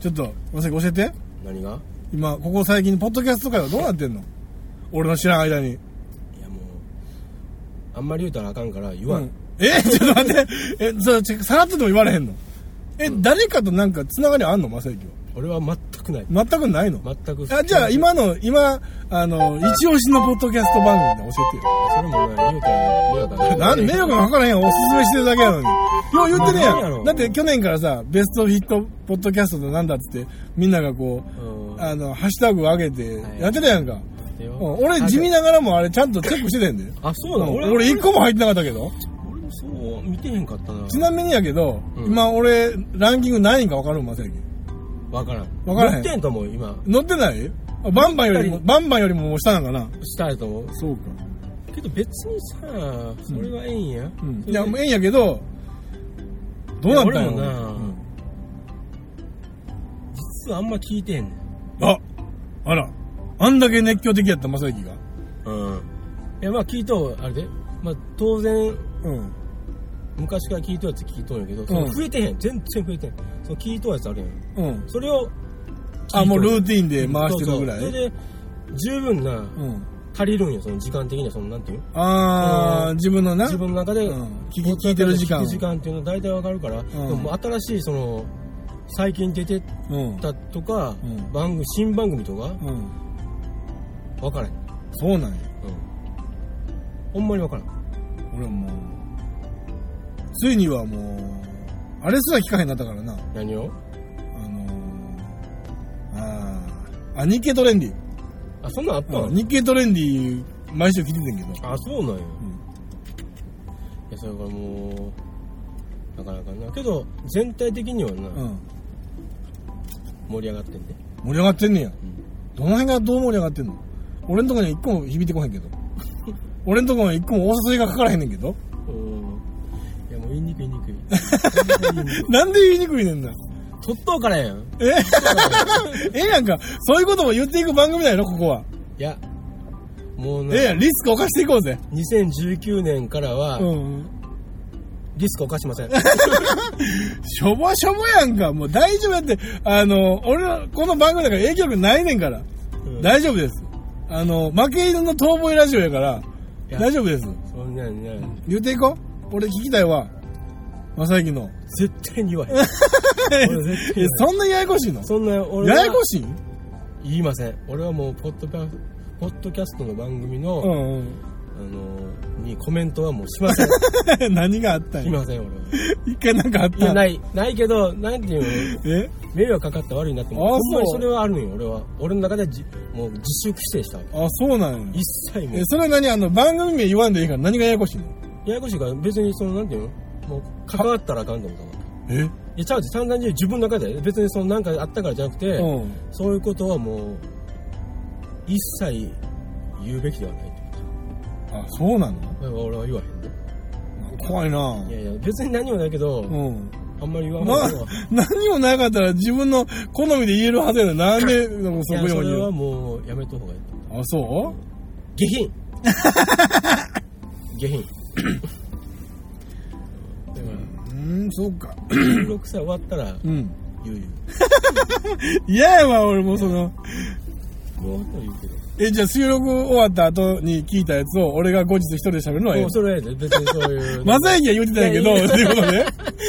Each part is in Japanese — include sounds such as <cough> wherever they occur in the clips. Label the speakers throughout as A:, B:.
A: ちょっと、まさき教えて。
B: 何が
A: 今、ここ最近、ポッドキャスト界はどうなってんの俺の知らん間に。
B: いやもうあんまり言うたらあかんから言わん、
A: うんえ、 <laughs> ちょっと待って。え、それちょさらっとでも言われへんのえ、誰かとなんかつながりあんのまさき
B: 俺は全くない
A: は。全くないの
B: 全く
A: あじゃあ今の、今、あの、一押しのポッドキャスト番組で教えてよ。
B: それもな言うたら迷惑か
A: なんで迷惑がかからへんおすすめしてるだけやのに。よう言ってね
B: なんや
A: や
B: ろ
A: ん。だって去年からさ、ベストヒットポッドキャストとなんだっつって、みんながこう、
B: うん
A: あの、ハッシュタグ上げて
B: はい
A: やってたやんか。
B: ってよ
A: うん俺地味ながらもあれちゃんとチェックしてたんだよ。
B: あそうなの
A: 俺一個も入ってなかったけど。
B: 俺もそう見てへんかったな
A: ちなみにやけど、
B: うん
A: 今俺ランキング何位か分かるんませんけ
B: わからん
A: わからへん
B: 乗ってんと思う今
A: 乗ってないあバンバンよりも、
B: ぴ
A: バンバンよりも下なんかな。
B: したやと思う
A: そうか。
B: けど別にさそれはええんや、
A: うん。い
B: いや
A: や、もうええんやけど、どうなったんやろ
B: いや俺もな実はあんま聞いてへんねん
A: あ、あら、あんだけ熱狂的やった、正幸が。
B: うんいやまあ聞いとうあれでまあ当然
A: うん。
B: 昔から聞いとうやつ聞いとうんやけど、その
A: うん
B: 増えてへん全然増えてへんその聞いとうやつあるやん
A: うん。
B: それを
A: あ、もうルーテ
B: テ
A: ィンで回してるぐらい。
B: それで十分な
A: うん。
B: 足りるんよその時間的にはそのなんていうの
A: あー、
B: うん
A: 自分のな。
B: 自分の中で、
A: うん聞き聞いてる時間
B: 聞く時間っていうのは大体わかるから、でももう新しいその最近出て
A: うん。
B: たとか、
A: うん
B: 番組新番組とか
A: うん。
B: わからへん、うん、
A: そうなんや。
B: ほんまにわからん
A: 俺もう、ついにはもう、あれすら聞かへんなったからな。
B: 何を
A: あのー、あー、あ、日経トレンディ。
B: あそんなんあったの、
A: うん日経トレンディ、毎週聞いててんけど。
B: あそうなんや、
A: ん
B: いやそれからもうなかなかなけど全体的にはな、
A: うん。
B: 盛り上がってんで、
A: 盛り上がってんねや。
B: うん
A: どの辺がどう盛り上がってんの俺んとこには一個も響いてこへ
B: <laughs>
A: んけど。俺んとこには一個も大誘いがかからへんねんけど。 <laughs>
B: いやもう言いにくい言いにくい言い
A: <laughs>
B: にくい
A: なんで言いにくいね
B: <laughs>
A: んな。
B: 取っとうからやん
A: えええやんか。そういうことも言っていく番組だよ、ここは。
B: いやもう
A: ええ
B: ね
A: やん、リスクを犯していこうぜ。
B: 2019年からは
A: うん。
B: リスクを犯し
A: <laughs>
B: ません
A: しょぼしょぼやんか。もう大丈夫やって。あの、俺ら、この番組だから影響力ないねんから。
B: うん
A: 大丈夫です。あの、負け犬の遠吠えラジオやから、
B: いや
A: 大丈夫です。
B: そんなんね
A: 言うていこう。俺聞きたいわ。まさゆきの。
B: 絶対に言
A: <laughs>
B: わへん
A: え
B: 俺絶対言わへん
A: そんなややこしいの
B: そんな俺は
A: ややこしい
B: 言いません俺はもうポッドキャポッドキャストの番組の、
A: うん
B: あのにコメントはもうし
A: <laughs>
B: ません
A: うん。何があったん
B: し
A: や
B: ません俺は
A: 一回なんかあった。
B: いやないいないけどなんていう
A: <laughs>
B: の
A: え
B: 迷惑かかったら悪いなって思
A: あ
B: う
A: ー
B: ほんまに
A: そ
B: そうれはあるんよ俺は俺の中でじもう自主規制したわけ
A: あ、そうなんや。
B: 一切も
A: え
B: う、
A: それは何あの、番組名言わんでいいから何がややこしいの
B: ややこしいから別にそのなんていうのもう関わったらあかんと思ったわけ
A: え
B: いやちゃうちゃう単純に自分の中で別にそのなんかあったからじゃなくて、
A: うん。
B: そういうことはもう一切言うべきではない
A: あ、そうなの
B: と俺は言わへんね
A: 怖いない
B: やいや別に何もないけど、
A: うん。
B: あんまり言わ
A: ま
B: な
A: あ
B: い方が、
A: 何もなかったら自分の好みで言えるはずやのになんで、なんか
B: い
A: そ
B: や
A: こに
B: そ
A: も
B: れ
A: 言
B: は
A: う。
B: もうやめた方がいい
A: あ、そう
B: 下 <laughs> 品下品だか
A: うん、そうか。
B: ら16歳終わったら
A: うん。
B: 言う
A: 嫌やわ、俺もその。
B: 言うもう終わったら言うけど
A: え、じゃあ収録終わった後に聞いたやつを俺が後日一人で喋るのはええ
B: もう。それはええで別にそう <laughs> いう
A: まさゆきは言ってたんやけど、
B: いやいや
A: ということで。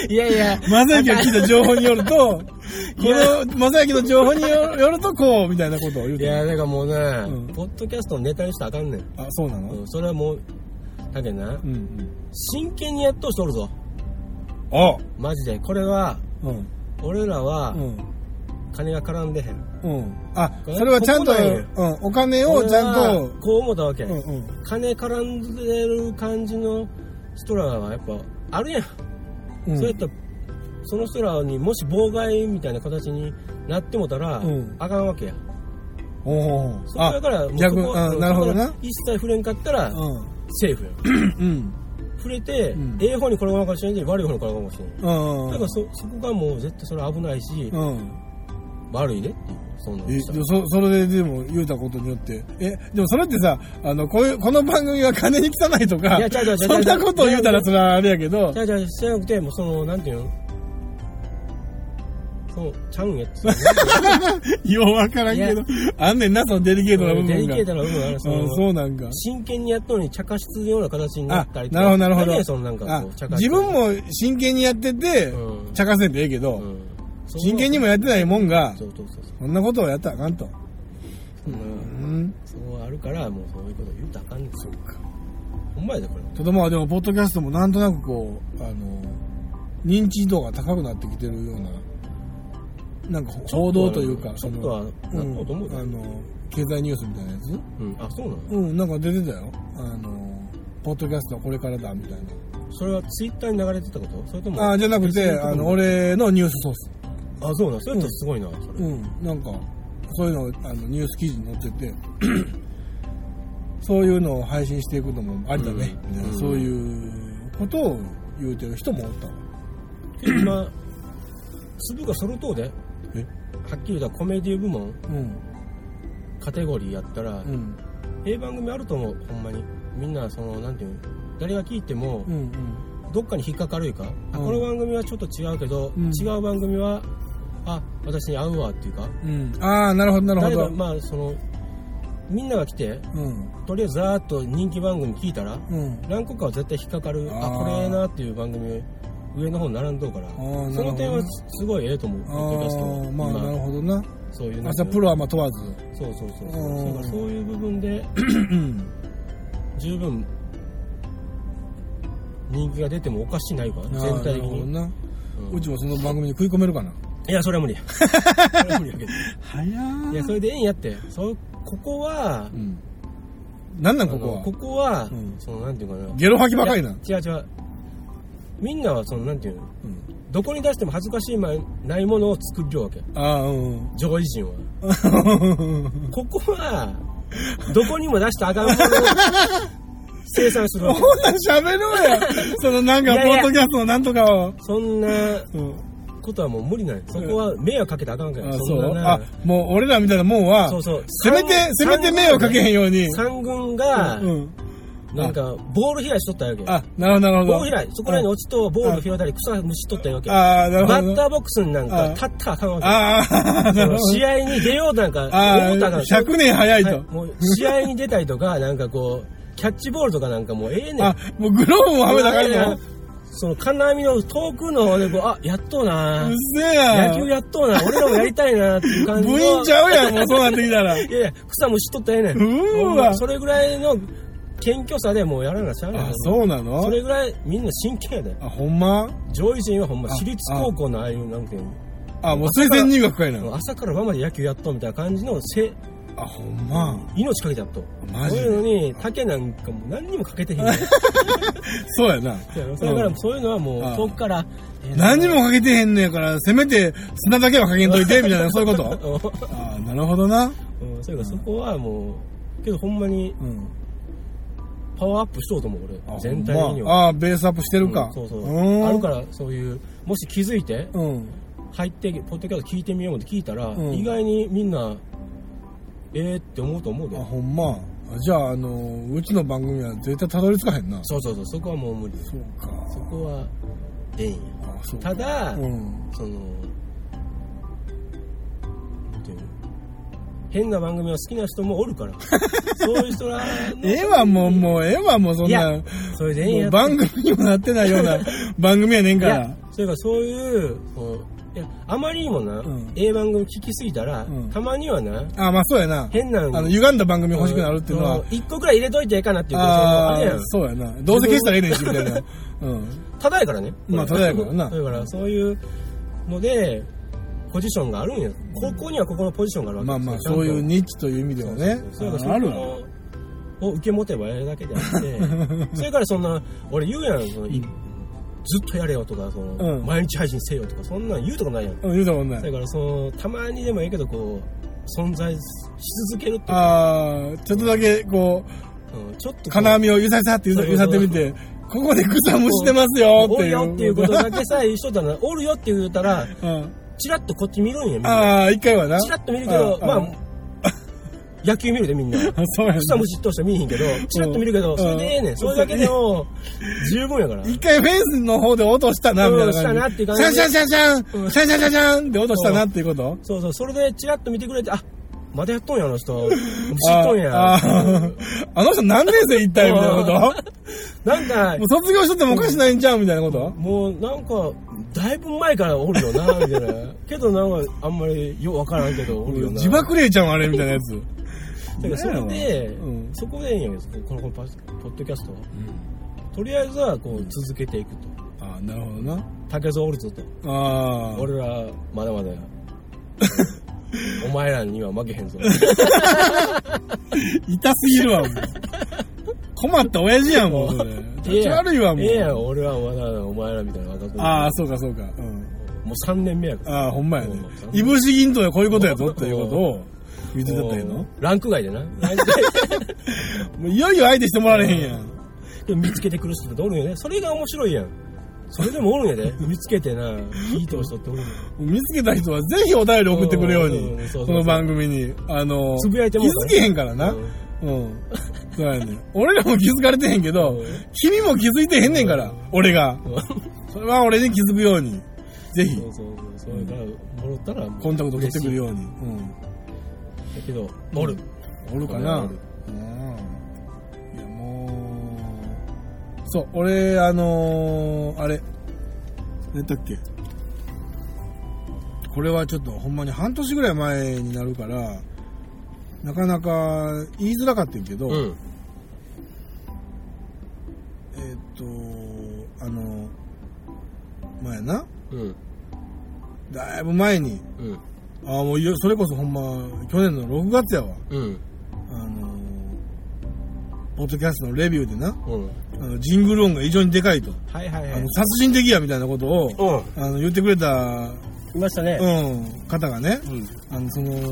B: いやいや
A: まさゆきが聞いた情報によると、こ
B: い
A: の、
B: や <laughs>
A: まさゆきの情報によよると、こう、みたいなことを言う
B: <laughs> い
A: て
B: や
A: る。
B: なんかもうね、
A: ん
B: ポッドキャストのネタにしたらあかんねん、
A: あ、そうなの
B: うん、それはもうだけど
A: う
B: な、
A: んうん。
B: 真剣にやっとうしとるぞ
A: あ
B: マジでこれは
A: うん。
B: 俺らは
A: うん。
B: 金が絡んでへん、
A: うん。あ、
B: これ
A: それはちゃんと、
B: ここなんや
A: うん、お金を
B: 俺
A: ちゃん
B: は
A: と、
B: こう思ったわけ、
A: うんうん。
B: 金絡んでる感じの人らはやっぱあるやん、
A: うん
B: そうやったらその人らにもし妨害みたいな形になってもたら、
A: うん
B: あかんわけや
A: おうおう
B: そ
A: あ
B: こだ、からもう
A: 逆
B: そこ
A: あ
B: そこ
A: なるほどな
B: 一切触れんかったら、
A: う
B: セーフや
A: ん。うん。
B: 触れて、
A: うん
B: ええ方に転がるかもしれんし悪い方に転がるかもしれん
A: うん。
B: だからそそこがもう絶対それ危ないし、
A: うん。
B: 悪いねっていうそんなの
A: え
B: した
A: で
B: ら
A: もそそれででも言うたことによってえでもそれってさあのこういうこの番組は金に汚いとか
B: いや違う違う違う
A: そんなことを言うたらそれはあれやけど
B: じゃあじゃあじゃなくてもうそのなんていうのそうん、ちゃうんやって
A: ようわからんけど。あんねんな、そのデリケートな部
B: デリ
A: 分が。
B: ケートな部分あるそ
A: うん
B: の
A: そうなんか。
B: 真剣にやったのに茶化すような形にな
A: あ
B: ったり、と
A: な
B: か
A: るほど、なるほ
B: 何
A: ど。
B: やそのなんか
A: あ
B: こう茶化
A: 自分も真剣にやってて、
B: うん
A: 茶化せんでええけど、
B: うん
A: 真剣にもやってないもんが、
B: そうそうそうそう
A: こんなことをやったらあかんと。
B: そんな
A: うん。
B: そうあるからもうそういうこと言うたらあかんねんそうかほんまやでこれ
A: ただまあでも、ポッドキャストもなんとなくこう、あの、認知度が高くなってきてるような、なんか報道というか、
B: ちょっとは
A: その
B: なろうと思う
A: うん
B: よ
A: あの、経済ニュースみたいなやつ
B: うんあそうなの
A: うん、なんか出てたよ。あの、ポッドキャストはこれからだ、みたいな。
B: それはツイッターに流れてたことそれとも
A: あーじゃなくて、
B: 別
A: あ
B: と
A: の、
B: こ
A: 俺のニュースソース。
B: あそうなのそれってすごいな、それ
A: うん、なんか、そういうの、あの、ニュース記事に載って
B: <clears throat>
A: て、そういうのを配信していくのもありだね、
B: うん
A: みたいな
B: うん
A: そういうことを言うてる人もおったわ。
B: けど今粒が揃うとうでは
A: え
B: っきり言うたらコメディ部門
A: うん、
B: カテゴリーやったら、
A: うん、
B: ええ番組あると思うほんまにみんなそのなんていうの誰が聞いても
A: うん、うん。
B: どっかに引っかかるいうか、あ
A: うん
B: この番組はちょっと違うけど、
A: うん
B: 違う番組はあ私に合うわっていうか
A: うん、ああ、なるほど、なる
B: 誰
A: ほ
B: が
A: ど。
B: まあそのみんなが来て
A: うん、
B: とりあえずざーっと人気番組聞いたら
A: うん。
B: 何個かは絶対引っかかるあ
A: あー
B: これええなっていう番組上の方に並んどうから
A: あー
B: そ
A: な
B: の点
A: るほど
B: は
A: ね
B: すごいええと思う
A: あ
B: ポッドキャストは
A: あ、まあ、
B: 今
A: なるほどな。
B: そういう
A: 朝プロはまあ問わず。
B: そうそうそう
A: うん
B: だからそういう部分で十分人気が出てもおかしないわ
A: あー
B: 全体的
A: なるほど
B: に、
A: な。
B: うん
A: うちもその番組に食い込めるかな。
B: いやそれは無理 <laughs> やそれは無理やけど
A: 早い
B: いやそれでええんやってそうここは
A: うん。なんなんここ
B: あの
A: は
B: こ。こは、
A: うん
B: そのなんていうかな
A: ゲロ吐きばかりな。
B: いや違う違うみんなはそのなんていうの
A: うん
B: どこに出しても恥ずかしいまいないものを作るわけ
A: ああ、うん。
B: 上位陣はここはどこにも出したらあか
A: <laughs>
B: んものを生産するわけ
A: ほんなら喋ろうや。そのなんか、
B: いやい
A: ポ
B: や
A: ッドキャストのなんとかを。
B: そんな
A: うん、
B: ことはもう無理なんやそこは迷惑かけたらあかんから
A: あ
B: そ
A: そ
B: ん
A: う
B: なな
A: あもう俺らみたいなもんは
B: そうそう
A: せめてせめて迷惑かけへんように、
B: 三軍が、
A: うん、
B: なんかボール拾いしとったわけ
A: あなるほどなるほど
B: ボール拾いそこら辺に落ちとボール拾ったり草むしとったわけ
A: ああなるほ
B: バ
A: ど
B: ッ
A: ね
B: ターボックスになんか立ったらあかんわけ
A: ああなるほど
B: 試合に出ようなんか、
A: ああ
B: 思ったらあかん
A: 100年早いと、
B: はいもう試合に出たりとか、なんかこう、キャッチボールとかなんかもうええねん。
A: あもうグローブもはめたか
B: もうあれ
A: ら
B: やその金網の遠くの方でこう、あ、やっとうな
A: うっせえや
B: 野球やっとうな俺らもやりたいなっていう感じ
A: <laughs>
B: の。
A: 部員ちゃうやんもうそうなってきたら
B: いやいや、草むしとったらええねん。
A: うーわ
B: ほんまそれぐらいの謙虚さでもうやらなしゃあない。
A: あそうな
B: そ
A: の
B: れぐらいみんな真剣やで。
A: あほんま
B: 上位陣はほんま私立高校のああいう、なんていう
A: あもう推薦入学かいな
B: の、朝から晩まで野球やっとうみたいな感じのせ
A: あほんま
B: 命かけちゃっと。
A: マ
B: そ
A: ジ
B: う
A: で
B: いうのに、竹なんかもう何にもかけてへんねん。
A: そうやな
B: だからそういうのはも
A: うん
B: う遠くから、えー
A: 何にもかけてへんねやからせめて砂だけはかけんといてみたい
B: <laughs>
A: なそういうことああなるほどな
B: うん、そういうかそこはもうけどほんまに
A: うん
B: パワーアップしようと思う
A: あ
B: 俺全体的に
A: ほんま
B: は、
A: ああベースアップしてるか、
B: うんそうそう
A: ーん
B: あるからそういうもし気づいて
A: うん
B: 入ってポッドキャスト聞いてみようって聞いたら、
A: うん
B: 意外にみんなええって思うと思うで
A: あほんまあじゃああのうちの番組は絶対たどり着かへんな
B: そうそうそうそこはもう無理
A: そうか
B: そこはええんや
A: あそうか
B: ただ、
A: うん
B: そのなんていうの変な番組が好きな人もおるから
A: <laughs>
B: そういう人らの
A: ええわもうもうええわもうそん
B: い
A: な
B: や
A: も
B: それでええんや
A: う
B: って
A: 番組にもなってないような番組やねん
B: い
A: か
B: や
A: ら
B: それからそういうこういやあまりにもな、
A: うん
B: ええ番組聞きすぎたら、
A: うん
B: たまにはな
A: あまあそうやな
B: 変な
A: あの歪んだ番組欲しくなるっていうのは、
B: ん一個くらい入れといてええかなっていうこと
A: あ
B: あ
A: あ
B: れや
A: ー
B: ん
A: そうやなどうせ消したらええねんしみたいなうん
B: ただやからね
A: まあただやからな
B: だからそういうのでポジションがあるんやここにはここのポジションがあるわけ
A: まあまあ
B: ですよ
A: そうい
B: ち
A: う
B: ゃんと
A: ニッチという意味ではね
B: そうそうそう
A: あある
B: そ
A: わ
B: こを受け持てばええだけであ
A: <laughs>
B: ってそれからそんな俺言うやんその、いずっとやれよとかその、
A: うん
B: 毎日配信せよとかそんなん言うとかないやん
A: うん言うたことない
B: だからそのたまにでもいいけどこう存在し続けるっていうか、
A: ああ、ちょっとだけ、こ
B: うん、ちょっとこ
A: う、
B: う
A: 金網をゆさゆさってゆさ
B: そう
A: ゆ
B: そ
A: さ
B: う
A: っ
B: そう
A: てみて、ここで草むしてますよっ
B: お
A: て
B: る
A: いう。
B: よっていうことだけさえ一緒だなおるよって言う
A: <laughs>
B: たら
A: うん。
B: チラッとこっち見るんやみんな
A: ああ、一回はな。
B: チラッと見るけど
A: あ
B: まあ
A: あ
B: 野球見るで
A: <laughs>
B: みんな。
A: そうやね
B: 草むしっとして見えへんけど、チラッと見るけ
A: う
B: ど、
A: ん
B: それでええねん。それだけでも、十分やから。
A: 一回フェンスの方で落としたな、みたいな感じ。
B: うんしたなっていう感じ
A: シャンシャンシャンシャン、
B: うん
A: シャンシャンシャンシャンって落としたなっていうこと
B: そうそう、それでチラッと見てくれて、あ、まだやっとんや、あ
A: <laughs>
B: の人。知っと
A: あ
B: んや
A: あ。 <laughs> あの人何年生一体みたいなことも
B: なんか
A: う、卒業しとってもおかしないんちゃうみたいなこと
B: もうなんか、だいぶ前からおるよな、
A: <laughs>
B: みたいな。けどなんか、あんまりようわからんけど、おるよな。
A: 自爆霊ちゃんあれみたいなやつ。
B: だからそれで、
A: うん
B: そこでいいんやけど、このこのパスポッドキャストは。とりあえずは、こう、続けていくと。
A: ああ、なるほどな。
B: 竹蔵おるぞと。
A: ああ。
B: 俺ら、まだまだ
A: <laughs>
B: や。お前らには負けへんぞ。
A: 痛すぎるわ、もう。困った親父やん、もう。それ <laughs>
B: <laughs>
A: 気持ち悪いわ、も
B: ええや
A: う。
B: ん、俺はまだお前らみたいな若く
A: あ
B: も
A: あ、そうかそうか。うん。
B: う3年目やから。
A: ああ、ほんまやね
B: そ。う
A: いぶし銀とはこういうことやぞっていうことを見てたったんや
B: も
A: の
B: うランク外でな。ランク外で
A: もういよいよ相手してもらわれへんやん。
B: <laughs> でも見つけてくる人っておるんやね。それが面白いやん。それでもおるん
A: <laughs>
B: やで。見つけてな、いい通人っておるんや。
A: 見つけた人はぜひお便り送ってくるよう
B: うんうんう
A: に
B: んそうそうそう
A: この番組にあの
B: つぶやいても
A: 気
B: らうか
A: づけへんから
B: ら
A: なう
B: うん
A: んそうやね俺らも気づかれてへんけど
B: うん
A: 君も気づいてへんねんから俺がそれは俺に気づくようにぜひ
B: そうそうそう。それから、もらったらもう、
A: コンタクト取ってくる
B: よ。
A: ようにうん
B: だけど、おる。
A: おるかな
B: お
A: う
B: る
A: んいやもうそう俺あのーあれ何だっけこれはちょっとほんまに半年ぐらい前になるからなかなか言いづらかったんやけど、
B: うん。
A: えーっとあの前な
B: うん。
A: だいぶ前に
B: うん。
A: ああもういよそれこそほんま去年の6月やわ
B: うん。
A: あのーポッドキャストのレビューでな
B: うん。
A: あのジングル音が異常にでかいと
B: はいはい
A: あ
B: はい
A: の。殺人的やみたいなことを
B: うん。
A: あの言ってくれた、
B: いましたね。
A: うん、方がね
B: うん。
A: あのその <laughs>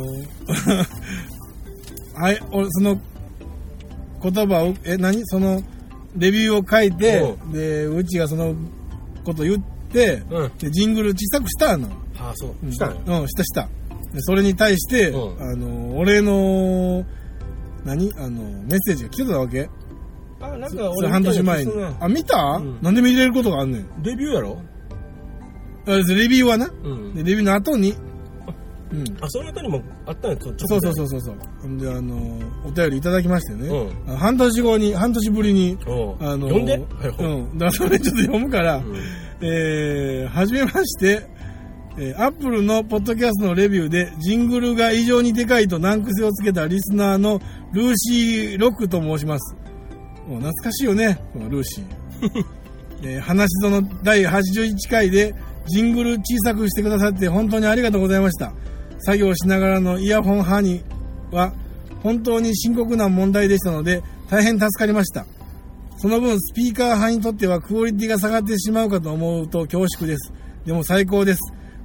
A: はい俺その言葉をえ何そのレビューを書いて
B: う
A: でうちがそのこと言って
B: うん。
A: でジングル小さくしたの、
B: ああ、そうう。
A: ん、
B: したんや。
A: うんしたしたでそれに対して、
B: うん
A: あの俺の何あのメッセージが来てたわけ
B: あ、なんか
A: それ
B: 俺、
A: 半年前にあ見た、
B: うん
A: なんで見れることがあんねん
B: レビューやろ
A: あレビューはな
B: うん。
A: でレビューの後に、うん、
B: あ、その後にもあったんや、ちょ、ちょ
A: そうそうそうそうそうほんであのお便りいただきましてね、
B: う
A: あの半年後に半年ぶりに
B: うん。
A: あの
B: 呼んで
A: うんだからそれちょっと読むから、えー、はじめましてえーアップルのポッドキャストのレビューで、ジングルが異常にでかいと難癖をつけたリスナーのルーシー・ロックと申します。もう懐かしいよね、このルーシー。えー話しその第81回でジングル小さくしてくださって本当にありがとうございました作業しながらのイヤホン派には本当に深刻な問題でしたので大変助かりましたその分スピーカー派にとってはクオリティが下がってしまうかと思うと恐縮ですでも最高です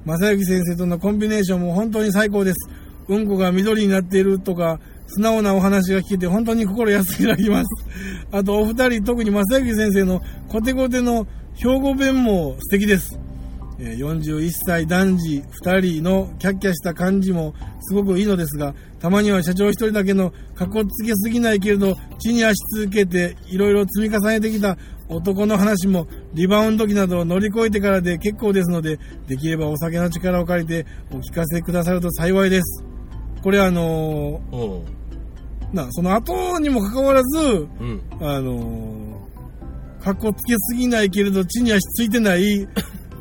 A: 正幸先生とのコンビネーションも本当に最高ですうんこが緑になっているとか素直なお話が聞けて本当に心安らぎますあとお二人特に正幸先生のコテコテの兵庫弁も素敵ですえー41歳男児2人のキャッキャした感じもすごくいいのですがたまには社長1人だけのかっこつけすぎないけれど地に足つけていろいろ積み重ねてきた男の話もリバウンド期などを乗り越えてからで結構ですのでできればお酒の力を借りてお聞かせくださると幸いですこれあの
B: うん。
A: ーなその後にもかかわらず
B: うん。
A: あのー、かっこつけすぎないけれど、地に足ついて <laughs> ない、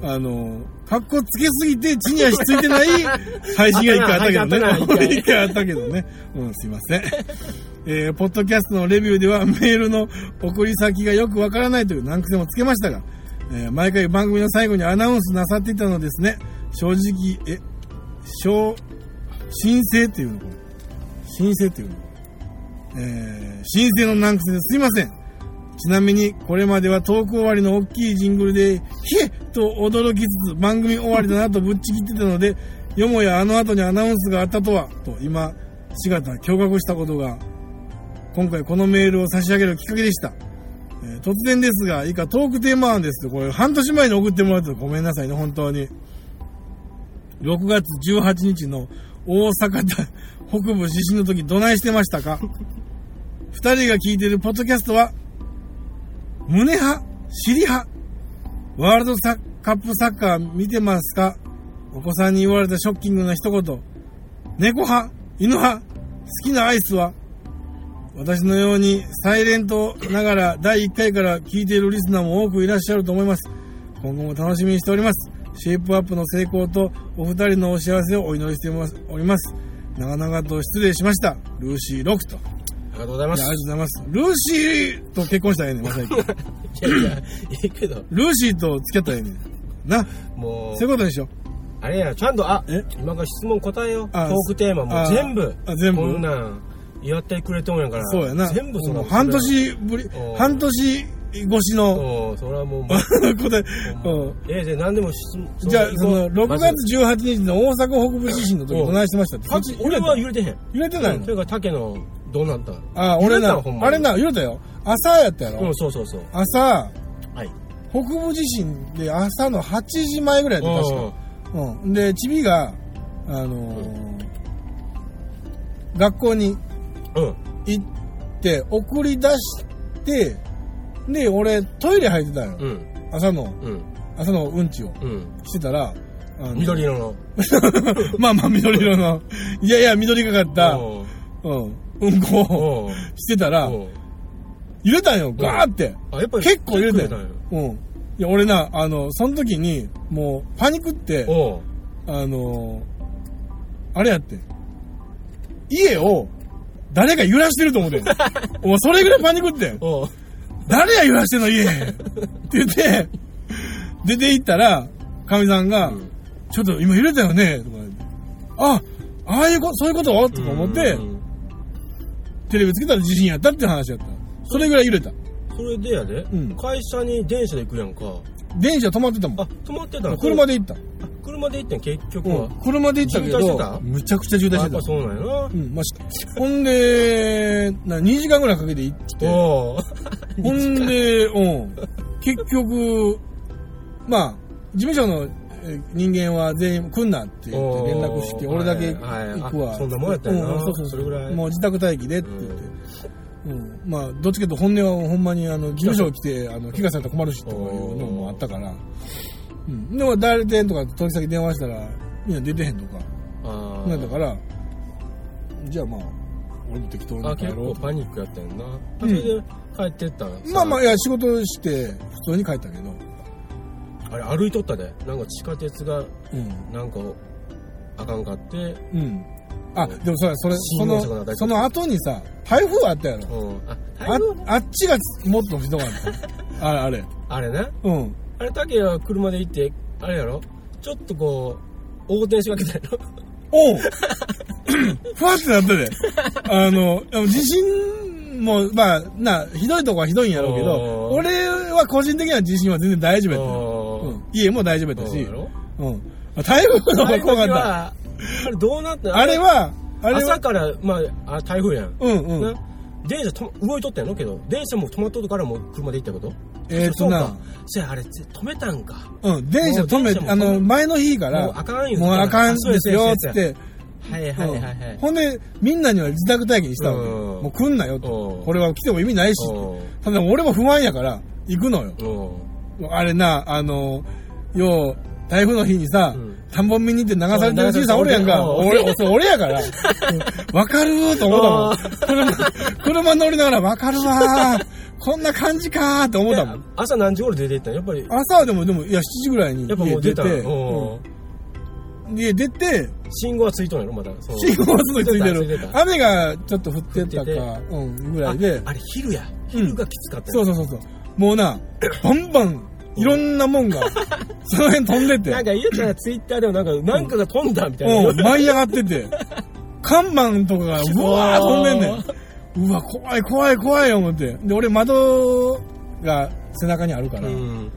A: あのー、かっこつけすぎて地に足ついてない配信が一回あったけどね
B: あったな。配信あったな一回
A: 一回あったけどね。うん、すいません。えーポッドキャストのレビューではメールの送り先がよくわからないという難癖もつけましたが、えー毎回番組の最後にアナウンスなさっていたのですね。正直、え、小、申請っていうのこれ。申請っていうのえー申請の難癖ですいません。ちなみに、これまではトーク終わりの大きいジングルで、ひえっと驚きつつ番組終わりだなとぶっちぎってたので、よもやあの後にアナウンスがあったとは、と今、しがた驚愕したことが、今回このメールを差し上げるきっかけでした。えー突然ですが、以下トークテーマ案ですこれ半年前に送ってもらってたごめんなさいね、本当に。6月18日の大阪 <laughs> だ北部地震の時どないしてましたか二人が聞いているポッドキャストは、胸派尻派ワールドサカップサッカー見てますかお子さんに言われたショッキングな一言。猫派犬派好きなアイスは私のようにサイレントながら第1回から聞いているリスナーも多くいらっしゃると思います。今後も楽しみにしております。シェイプアップの成功とお二人のお幸せをお祈りしております。長々と失礼しました。ルーシー・ロクと。
B: ありがとうございま
A: いやあ
B: す
A: りがとうございます。ルーシーと結婚したらええねん、ま
B: <laughs>
A: さに。
B: いやいやいいけど
A: ルーシーと付き合ったらええねん。な、
B: も
A: そういううことにしよう。
B: あれやちゃんとあ
A: え
B: 今から質問答えようト
A: あ
B: ークテーマも
A: あ
B: う全部
A: あ全部
B: こんなんやってくれとんやから
A: そうやな。
B: 全部そ
A: も
B: の
A: う半年ぶり
B: う、ん
A: 半年越しの
B: うんそれはも
A: <laughs>
B: う
A: 答え。うん
B: ええで何でも質問
A: じゃあ、その、6
B: まず
A: 月18日の大阪北部地震の時、
B: うん
A: どないしてましたって
B: パチ。俺は
A: 揺
B: 揺れてへん
A: れてない
B: そ
A: の
B: れから竹のどうなったん
A: あ、俺
B: 揺れた
A: な
B: のほん、ま
A: あれな、揺れたよ。朝やったや
B: う
A: ろ
B: ん。そうそうそう
A: 朝、
B: はい
A: 北部地震で朝の8時前ぐらいで確か。うん。で、チビが、あのー、学校に
B: うんうん
A: 行って、送り出して、で、俺、トイレ入ってたの
B: う
A: よ。
B: ん
A: 朝の、
B: うん
A: 朝のうんちを
B: うん
A: してたら、あの
B: 緑色の
A: <laughs> まあまあ緑色の、いやいや緑がかった、
B: おう
A: うん、うんこを
B: おう
A: してたら、
B: おう
A: 揺れたんよ、ガーって。
B: あやっぱり
A: 結構揺れたんよ
B: 結。
A: うん。いや、俺な、あの、その時に、もう、パニクって
B: 構、揺れたんよ
A: あのー、あれやってん、家を、誰か揺らしてると思ってん。お前それぐらいパニクってん。
B: おうおう
A: 誰や揺らしてんの家って言って、出て行ったら、かみさんが、
B: うん
A: ちょっと今揺れたよねとか言ってあ、ああいうこと、そういうこととか思って
B: う、ん
A: テレビつけたら地震やったっていう話やった。それぐらい揺れた。
B: それでやで
A: うん
B: 会社に電車で行くやんか
A: 電車止まってたも
B: あ
A: ん。
B: 止まってたの
A: 車で行った。
B: あ車で行ってん結局
A: う
B: は
A: ん。車で行ったけ
B: 渋滞してた
A: ど、むちゃくちゃ渋滞
B: あや
A: し
B: ってぱ
A: た。
B: そうなんやな
A: うん、まあし、ほんで、な、2時間ぐらいかけて行って、 <laughs>
B: おう
A: ほんで、うん。結局、まあ、事務所のえー人間は全員来んなって言って連絡して、
B: おー
A: 俺だけ
B: はいはい
A: 行くわ。
B: あそんなもんやったよな
A: うそうそう
B: それぐらい
A: もう自宅待機でって言って。うん、まあ、どっちかというと本音はほんまに、あの、事務所来て、あの、怪我されたら困るしとかいうのもあったから。うん。でも、代理店とか取引先電話したら、みんな出てへんとか、
B: あ
A: なんだ
B: ー
A: から、じゃあまあ、俺も適当
B: あ
A: に帰
B: 結
A: ろう
B: 構
A: とか。
B: パニックやったんやなそ
A: ん
B: れで帰ってったん
A: まあまあ、いや、仕事して、普通に帰ったけど、
B: あれ歩いとったでなんか地下鉄が
A: うん。
B: なんかあかんかって
A: うん。あ、でもそれ、それ、そ
B: 新大阪の大
A: の、
B: 学
A: その後にさ、台風あったやろ。
B: うんあ
A: あ
B: 台風
A: あっちがもっとひどかった。あれ、あれ。
B: あれね <laughs>
A: うん。
B: あれだけは車で行ってあれやろちょっとこう横転しかけたやろ
A: おう <coughs> ふわってなってで。あの、でも地震も、まあ、な、ひどいとこはひどいんやろうけど、
B: おー
A: 俺は個人的な地震は全然大丈夫やったよ
B: う
A: <laughs> うん。家も大丈夫やった
B: そう
A: し
B: や、ろ
A: うん。あ台風の
B: あ
A: 方が
B: れ
A: 怖かった。
B: はあれどうなった
A: あれは、あれ
B: 朝
A: は、
B: からまああ台風やん、
A: うんうん
B: な。電車と動いとったんやろけど電車も止まっとるからもう車で行ったこと
A: えーと
B: そう
A: な
B: か、せやあれ止めたんか
A: うん、電車止
B: もう
A: め
B: 電車も
A: あの、前の日から、
B: もうあかんよ
A: もうあかんですよ、
B: そう
A: つ
B: や
A: っ
B: そうや
A: て。
B: はいはいはいはい
A: うんほんで、みんなには自宅待機にしたわけ。
B: うん
A: もう来んなよと
B: う。ん
A: これは来ても意味ないし。ただ俺も不安やから、行くのよ。
B: うんうん
A: あれな、あの、よう、台風の日にさ、
B: うん
A: 田んぼ見に行って流されて
B: う
A: る
B: ん
A: じいさんおるやんか。
B: うん
A: 俺、それ俺や
B: <laughs>
A: から。うんわかるーと思ったもん。車、車乗りながらわかるわ
B: <laughs>
A: ー。こんな感じかーって思ったもん。
B: 朝何時頃出て行ったんやっぱり
A: 朝はでも、でも、いや、7時ぐらいに
B: やっぱも
A: 家
B: う
A: 出
B: 出た
A: て、
B: んや
A: う
B: うん
A: ん家出て、
B: 信号はついとんやろまだそう
A: 信号はすごいついて
B: ついて
A: る。
B: た
A: 雨がちょっと降ってた
B: 降
A: か、
B: ってて
A: うん、ぐら
B: あ
A: いで。
B: あれ昼や昼がきつかったんや
A: そうそうそうそう。もうな、バンバン、いろんなもんが、その辺飛んでて。
B: なんか言ったらツイッターでもなんか、なんかが飛んだみたいな。 <laughs>
A: うん、舞い上がってて、看板とかが、うわー飛んでんねん。うわ、怖い怖い怖い思って。で、俺窓が背中にあるから、
B: うん。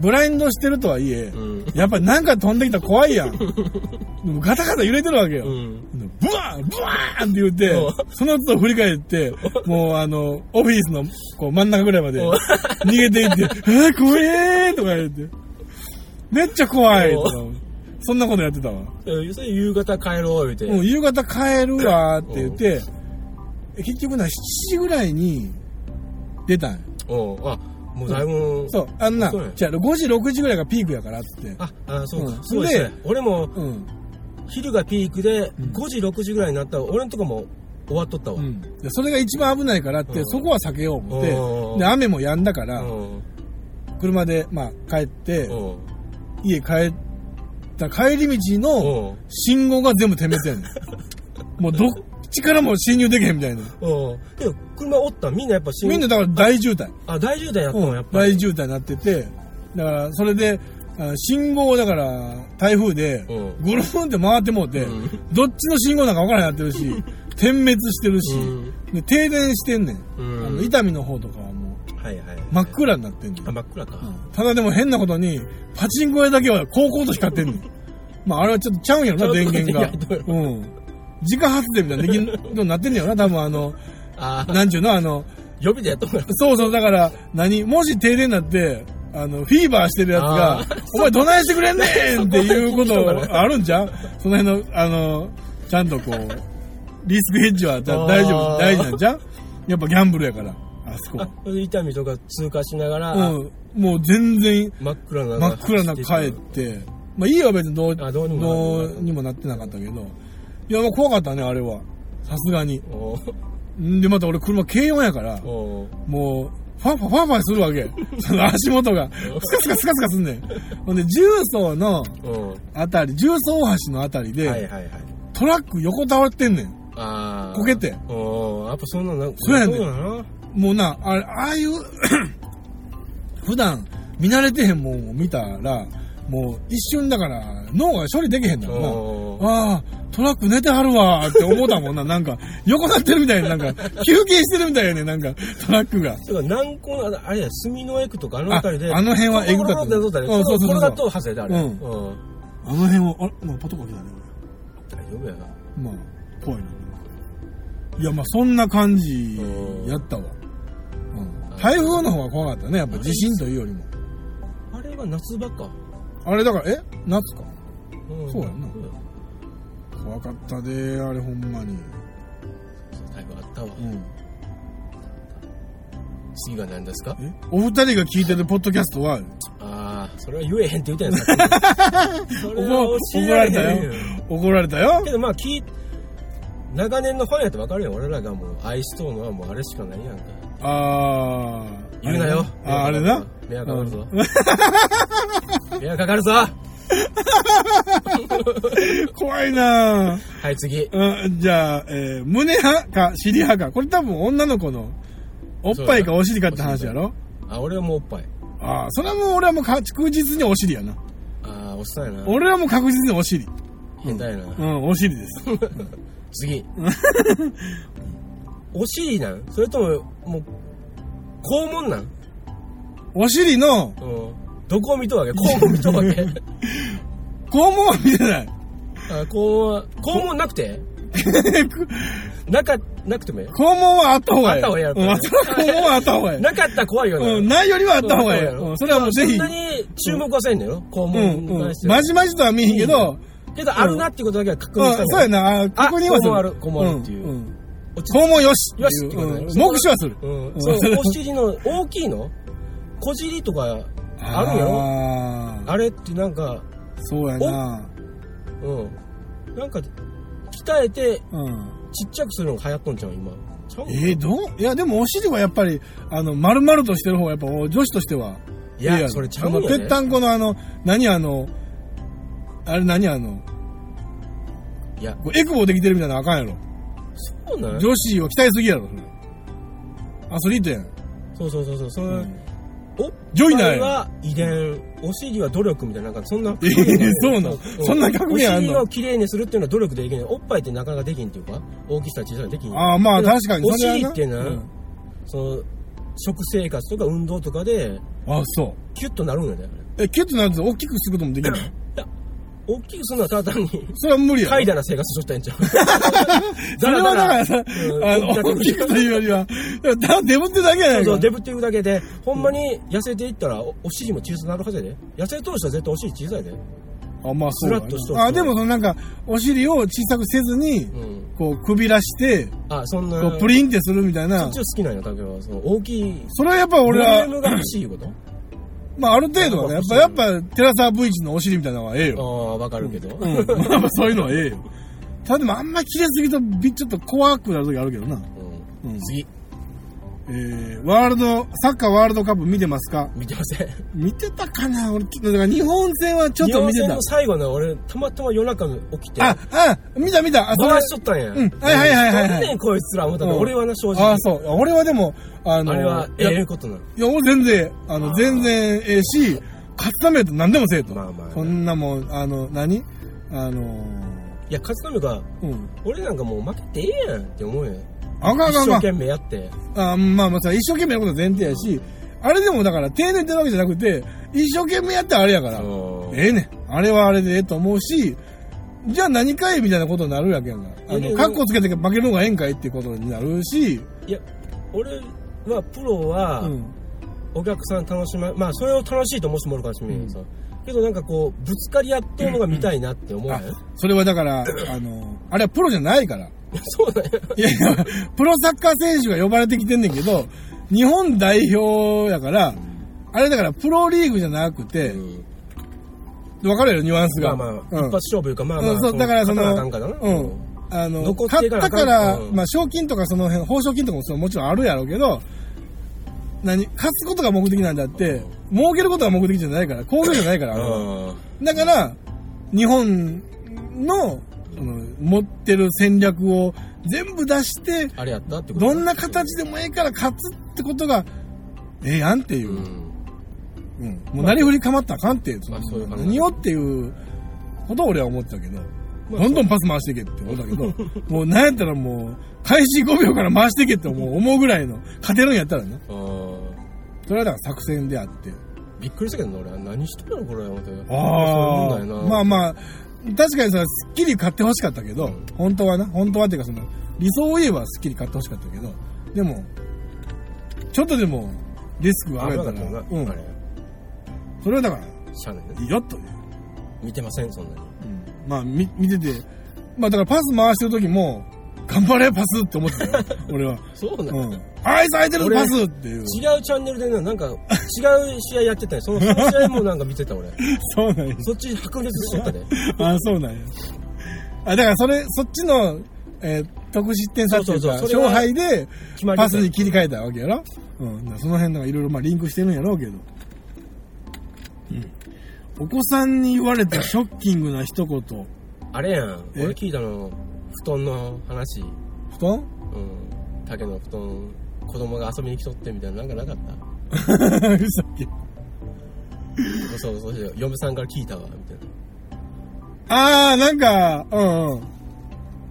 A: ブラインドしてるとはいえ、
B: うん。
A: やっぱりなんか飛んできたら怖いやん。でもガタガタ揺れてるわけよ。
B: うん。
A: ブワーンブワーンって言って
B: う、
A: その都度振り返って、もうあの、オフィスのこう真ん中ぐらいまで
B: うん
A: 逃
B: <laughs>
A: げていって、えー、怖えーとか言って、めっちゃ怖いとか思うそんなことやってたわ。
B: <laughs> えそれ夕方帰ろう言うて、
A: もう夕方帰るわって言って、結局な、7時ぐらいに出たんよ
B: うんあもうだいぶ、
A: そう、あんな、
B: そうなんや
A: じゃあ5時、6時ぐらいがピークやからっつって。
B: ああそうか、
A: うん
B: そうです
A: で
B: ね俺も
A: うん。
B: 昼がピークで
A: ん
B: 5時6時ぐらいになったら俺のとこも終わっとったわ、
A: う
B: うん
A: ん。でそれが一番危ないからって、
B: うん
A: そこは避けよう思って、
B: うん
A: で、雨も止んだか
B: う
A: ら、
B: ん
A: 車で、まあ、帰って、
B: うん
A: 家帰った帰り道の信号が全部点滅やねん。もうどっちからも侵入できへんみたいな。
B: うんでも車おったんみんなやっぱ信号
A: みんなだから大渋滞。
B: あ大渋滞やったの、
A: うん
B: やっぱり
A: 大渋滞になってて、だから、それで、あ信号をだから、台風で、
B: うん
A: ぐるーんって回ってもうて、
B: うん
A: どっちの信号なんかわからへんなってるし、
B: <laughs>
A: 点滅してるし、
B: うん
A: で停電してんねん。
B: うん
A: あの伊丹の方とかはも、
B: はいはいう
A: 真っ暗になってんねん
B: あ。真っ暗か、
A: ただでも変なことに、パチンコ屋だけは高校と光ってんねん。まああれはちょっとちゃうんやろな、
B: ちゃ
A: 電
B: うとこ
A: 源が
B: 電源。
A: うん。自家発電みたいなできるようになってんねやろな、多分あの、
B: ああ
A: なんちゅうの、あの、
B: 予備でやっとんのや
A: そうそう、だから、何もし停電になって、あの、フィーバーしてるやつが
B: あー、
A: お前どないしてくれんねんっていうこ
B: そうだね
A: とあるんじゃんその辺の、あの、ちゃんとこう、リスクヘッジはだ
B: あー
A: 大丈夫、大事なんじゃんやっぱギャンブルやから、あそこは
B: あ。痛みとか通過しながら、
A: うん。もう全然、
B: 真っ暗な
A: 真っ暗な帰って、まあいいよ別にどう
B: あどうにも
A: どうにもなってなかったけど、いや、まあ怖かったね、あれは。さすがに。
B: おー
A: んで、また俺車軽音やから、
B: おー
A: もう、ファンファンファンファンするわけ。 <laughs> その足元が。スカスカスカスカすんねん。ほんで、重曹の
B: おー
A: あたり、重曹大橋のあたりで、
B: はいはいはい
A: トラック横倒れてんねん。
B: ああ
A: こけて
B: おーやっぱそんなの
A: そうやねん
B: そうなの
A: もうな、あれああいう、 <coughs> 普段見慣れてへんもんを見たら、もう一瞬だから脳が処理できへんだろな。
B: おー
A: ああ、トラック寝てはるわーって思ったもんな。なんか、横なってるみたいな、なんか、休憩してるみたいやね、なんか、トラックが。
B: そうか南高のあれや住のエクとかあの
A: あ
B: 辺りで
A: あの辺はエグかったね
B: そうそう
A: うんそうそうそう
B: これだと外れだあれ
A: うん
B: うん
A: あの辺を、あれもうパトコ来たね、
B: 大丈夫やな
A: これまあ、怖いな。いや、まあ、そんな感じ、やったわ。うん。台風の方が怖かったね、やっぱ地震というよりも。
B: あれは夏場か
A: あれだから、え夏か
B: ん
A: そうやんな怖かったでー、あれほんまに。
B: だいぶあったわ
A: うん。
B: 次が何ですか
A: えお二人が聞いてるポッドキャストは、
B: ああそれは言えへんって言うたやんさっ
A: <laughs>
B: きそれは
A: 怒
B: 教え
A: 怒られた
B: へん
A: よ。怒られたよ
B: け。どまあ聞い長年のファンやって分かるよ俺らがもう愛しとうのはもうあれしかないやんか
A: あー。
B: 言うなよ
A: あれな。
B: 迷
A: あれ
B: 惑かかる
A: な。
B: ぞ <laughs> 迷惑かかるぞ
A: 怖いなぁ。
B: はい次
A: うん、じゃあ、えー胸派か尻派か。これ多分女の子のおっぱいかお尻かって話やろ
B: あ俺はもうおっぱい
A: ああ、それはもう俺はもう確実にお尻やな。
B: ああおっさんやな
A: 俺はもう確実にお尻。
B: 変態やな
A: うん、お尻です。 <laughs>
B: 次お尻なんそれとももう肛門なん
A: お尻の
B: うんどこを見とうわけ肛門見とう
A: <laughs>
B: わけ
A: 肛門は見てない。 <laughs>
B: あ肛門肛門なくてなかなくてもええ
A: 肛門はあった方がいい。
B: あった方がいいや
A: う
B: ろ
A: ん、それは肛門はあった方がいい。
B: なかったら怖いよな、
A: うん、ないよりはあった方がいい。
B: そうやろ
A: うん、それはもうぜ
B: そん
A: ひ。
B: なに注目はせんのよ、肛
A: う
B: 門
A: ん、
B: に
A: うん
B: 関し。ては。
A: まじまじとは見えへんけど、
B: けど、あるなっていうことだけは確
A: う
B: 認
A: ん
B: した、
A: そうや
B: な。
A: な、あ確認はする。
B: 肛門ある肛門あるっていうん
A: ん
B: 落ち
A: 肛門よし。
B: よしってことだ
A: う
B: よ
A: ん目視はする。
B: う
A: うん
B: ん。そう
A: それ、は
B: お尻の大きいの小尻とかあるんやろ
A: あー
B: あれってなんか、
A: そうやな。
B: うん。なんか、鍛えて
A: うん。
B: ちっちゃくするのが流行っとんちゃう今。ちゃう
A: えー、どういや、でもお尻はやっぱり、あの、丸々としてる方がやっぱお女子としては。
B: いや
A: ろ
B: それちゃうん
A: あ
B: や
A: の、
B: ね
A: ぺったんこのあの、何あの、あれ何あの、
B: いや、
A: こうエクボできてるみたいなのあかんや
B: そうな
A: ろ。
B: ん
A: 女子は鍛えすぎやろ、それアスリートやん。
B: そうそうそうそう。そ
A: うん
B: のおっ
A: ジョイナーや
B: ぱいは遺伝、お尻は努力みたいな、なんかそんな。
A: えー
B: <laughs>
A: そうなんそんな格言あんの
B: お尻を綺麗にするっていうのは努力できない。おっぱいってなかなかできんっていうか、大きさ小さいできん。
A: ああ、まあ
B: けど
A: 確かに。
B: お
A: それは
B: 尻ってな、
A: うん
B: その、食生活とか運動とかで、
A: あそう。
B: キュッとなるんやで。
A: え、キュッとなると大きくすることもでき
B: <coughs>
A: るの
B: 大きくするのはただ単に、
A: それは無理やろ。
B: 怠惰な生活しとったんちゃう <laughs>
A: それはだからさ、あの、大きくというよりは、でもデブってだけや
B: そ
A: な
B: う
A: い
B: そう、
A: か。
B: デブっていうだけで、ほんまに痩せていったらお、お尻も小さくなるはずやで。痩せ通したら絶対お尻小さいで。
A: あ、まあそうだな
B: スラッとしとった
A: あ、でもそのなんか、お尻を小さくせずに、
B: うん。
A: こう、くびらして、
B: あ、そんな。
A: こうプリンってするみたいな
B: 一。応好きなんよ、竹は。その大きい。
A: それはやっぱ俺
B: ボリュー
A: は、
B: ムが欲しいこと。
A: まあある程度はね、やっぱ、やっぱ、テラサー V 一のお尻みたいなのはええ
B: あ
A: よ。
B: あ、わかるけど。
A: うん。まあまあそういうのはええよ。ただでもあんま切れすぎと、びちょっと怖くなる時あるけどな。
B: う
A: うん
B: ん。次、
A: えー、ワールド、サッカーワールドカップ見てますか
B: 見てません。
A: 見てたかな俺、ちょっと、だから日本戦はちょっと見て
B: 日本戦
A: た
B: の。最後の俺、たまたま夜中に起きて、
A: あ、あ、見た見た。あ、それ
B: 回しとったんや。
A: うんはいはいはいはいはい
B: なんでねんこいつら思ったの、
A: うん
B: 俺はな、正直。
A: あ、そう。俺はでも、あの、
B: あれは、
A: いや
B: ええことなの。
A: いや、俺全然、あの、全然ええし、勝つためやと何でもせえと。
B: まあまあ
A: そんなもん、あの、何あの
B: いや、勝つためが、
A: ー、うん。
B: 俺なんかもう負けてええやんって思うやん。
A: あかんあ
B: 一
A: かん
B: 生
A: あか
B: 懸命やって。
A: ん。あまあまあさ、一生懸命やることは前提やし、あれでもだから、丁寧にやってるわけじゃなくて、一生懸命やってあれやから、
B: うん
A: ええねん。あれはあれでええと思うし、じゃあ何かいみたいなことになるわけやんか。あ
B: いやい
A: の、
B: や
A: カッコつけて負ける方がええんかいっていうことになるし、
B: いや、俺は、プロは、
A: うん。
B: お客さん楽しま、まあ、それを楽しいと思う人もおるかもしれんけどさ。けどなんかこう、ぶつかり合ってるのが見たいなって思うや
A: あ
B: ん。、
A: それはだから、あの、あれはプロじゃないから。
B: <laughs> そうだよ。
A: いやいや、プロサッカー選手が呼ばれてきてんねんけど、日本代表やから、あれだからプロリーグじゃなくて、わかるやろ、ニュアンスが。
B: まあまあ、一
A: うん
B: 発勝負いうか、まあま
A: う
B: あ
A: ん、そう、だからその、
B: 勝たなあかんからな
A: うん。あの、
B: 残って
A: 買
B: い
A: っ
B: かな
A: た
B: あかん
A: から、
B: うん
A: まあ、賞金とかその辺、報奨金とかもそのもちろんあるやろうけど、何、勝つことが目的なんだって、儲けることが目的じゃないから、工業じゃないから、あれは
B: うん
A: だから、日本の、その持ってる戦略を全部出して、
B: あれやったってこと
A: どんな形でもええから勝つってことが、ええやんっていうう。
B: ん
A: うん。もうなりふり構ったらあかんって、そ
B: まあそういう考え
A: 何をっていうことを俺は思ってたけど、
B: まあ
A: どんどんパス回していけって思ったけど、もうなんやったらもう、開始5秒から回していけって思う思うぐらいの、勝てるんやったらね。
B: あー
A: それはだから作戦であって。
B: びっくりしたけどな俺は何しとるのこれ思っ
A: あ
B: てそういうもんだよな
A: まあまあ、確かにさ、スッキリ買ってほしかったけど、本当はな、本当はっていうかその、理想を言えばスッキリ買ってほしかったけど、でも、ちょっとでも、リスクがあ
B: 危
A: る
B: な
A: や
B: か
A: か
B: った
A: ら、
B: な、
A: う
B: あ
A: ん。
B: れ
A: それはだから、
B: しゃあないね
A: いいよという。
B: 見てませんそんなに
A: うん。まあ、み、見てて、まあだからパス回してる時も、頑張れ、パスって思って
B: <laughs>
A: たよ、俺は。
B: そうな、
A: うんん。あいつ空いてる、
B: 俺
A: パスっていう。
B: 違うチャンネルでななんか違う試合やってたよそのその試合もなんか見
A: <laughs>
B: てた俺
A: そうなんや。
B: そっち白熱し
A: <laughs>
B: とったで
A: あ、そうなんや。あ、だからそれ、そっちの、えー得失点差っていうか、
B: そうそうそうそれは
A: 勝敗で、
B: 決まり
A: パスに切り替えたわけやろうん。だからその辺のがいろいろまあリンクしてるんやろうけど。うん。お子さんに言われたショッキングな一言。 <laughs> 布
B: あれやん
A: え
B: 俺聞いたの布団の話うん
A: 団
B: 竹の布団子供が遊びに来とってみたいななんかなかった
A: 嘘っけ
B: そうそうそう嫁さんから聞いたわみたいな
A: あー、なんか、うんう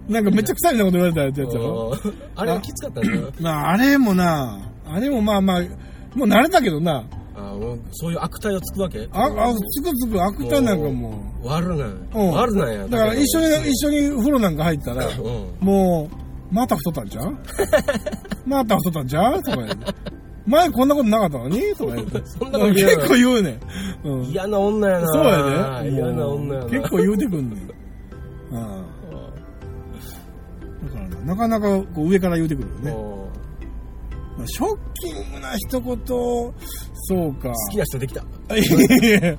A: ん。なんかめっちゃ臭いなこと言われたやつやろ
B: うんあれはきつかった
A: <laughs>
B: な
A: まあ、あれもな、あれもまあまあ、もう慣れたけどな。
B: あもうそういう悪態をつくわけ
A: あ、あ、つくつく悪態なんかもう。
B: 悪なん
A: うん
B: 悪なんや
A: だから一緒
B: に
A: に、一緒に風呂なんか入ったら、
B: うん
A: もう、また太ったんち
B: <laughs>
A: ゃうまた太ったんちゃうとか言う前こんなことなかったのにとか言うて。
B: <laughs> そんなこと言う
A: 結構言うねん。うん。
B: 嫌な女やな
A: そうやね。
B: 嫌な女やな
A: 結構言うてくんねん。うん。だからな、なかなかこう上から言うてくるよ
B: うん
A: ね。
B: もう
A: まあショッキングな一言、そうか。
B: 好きな人できた
A: いやいや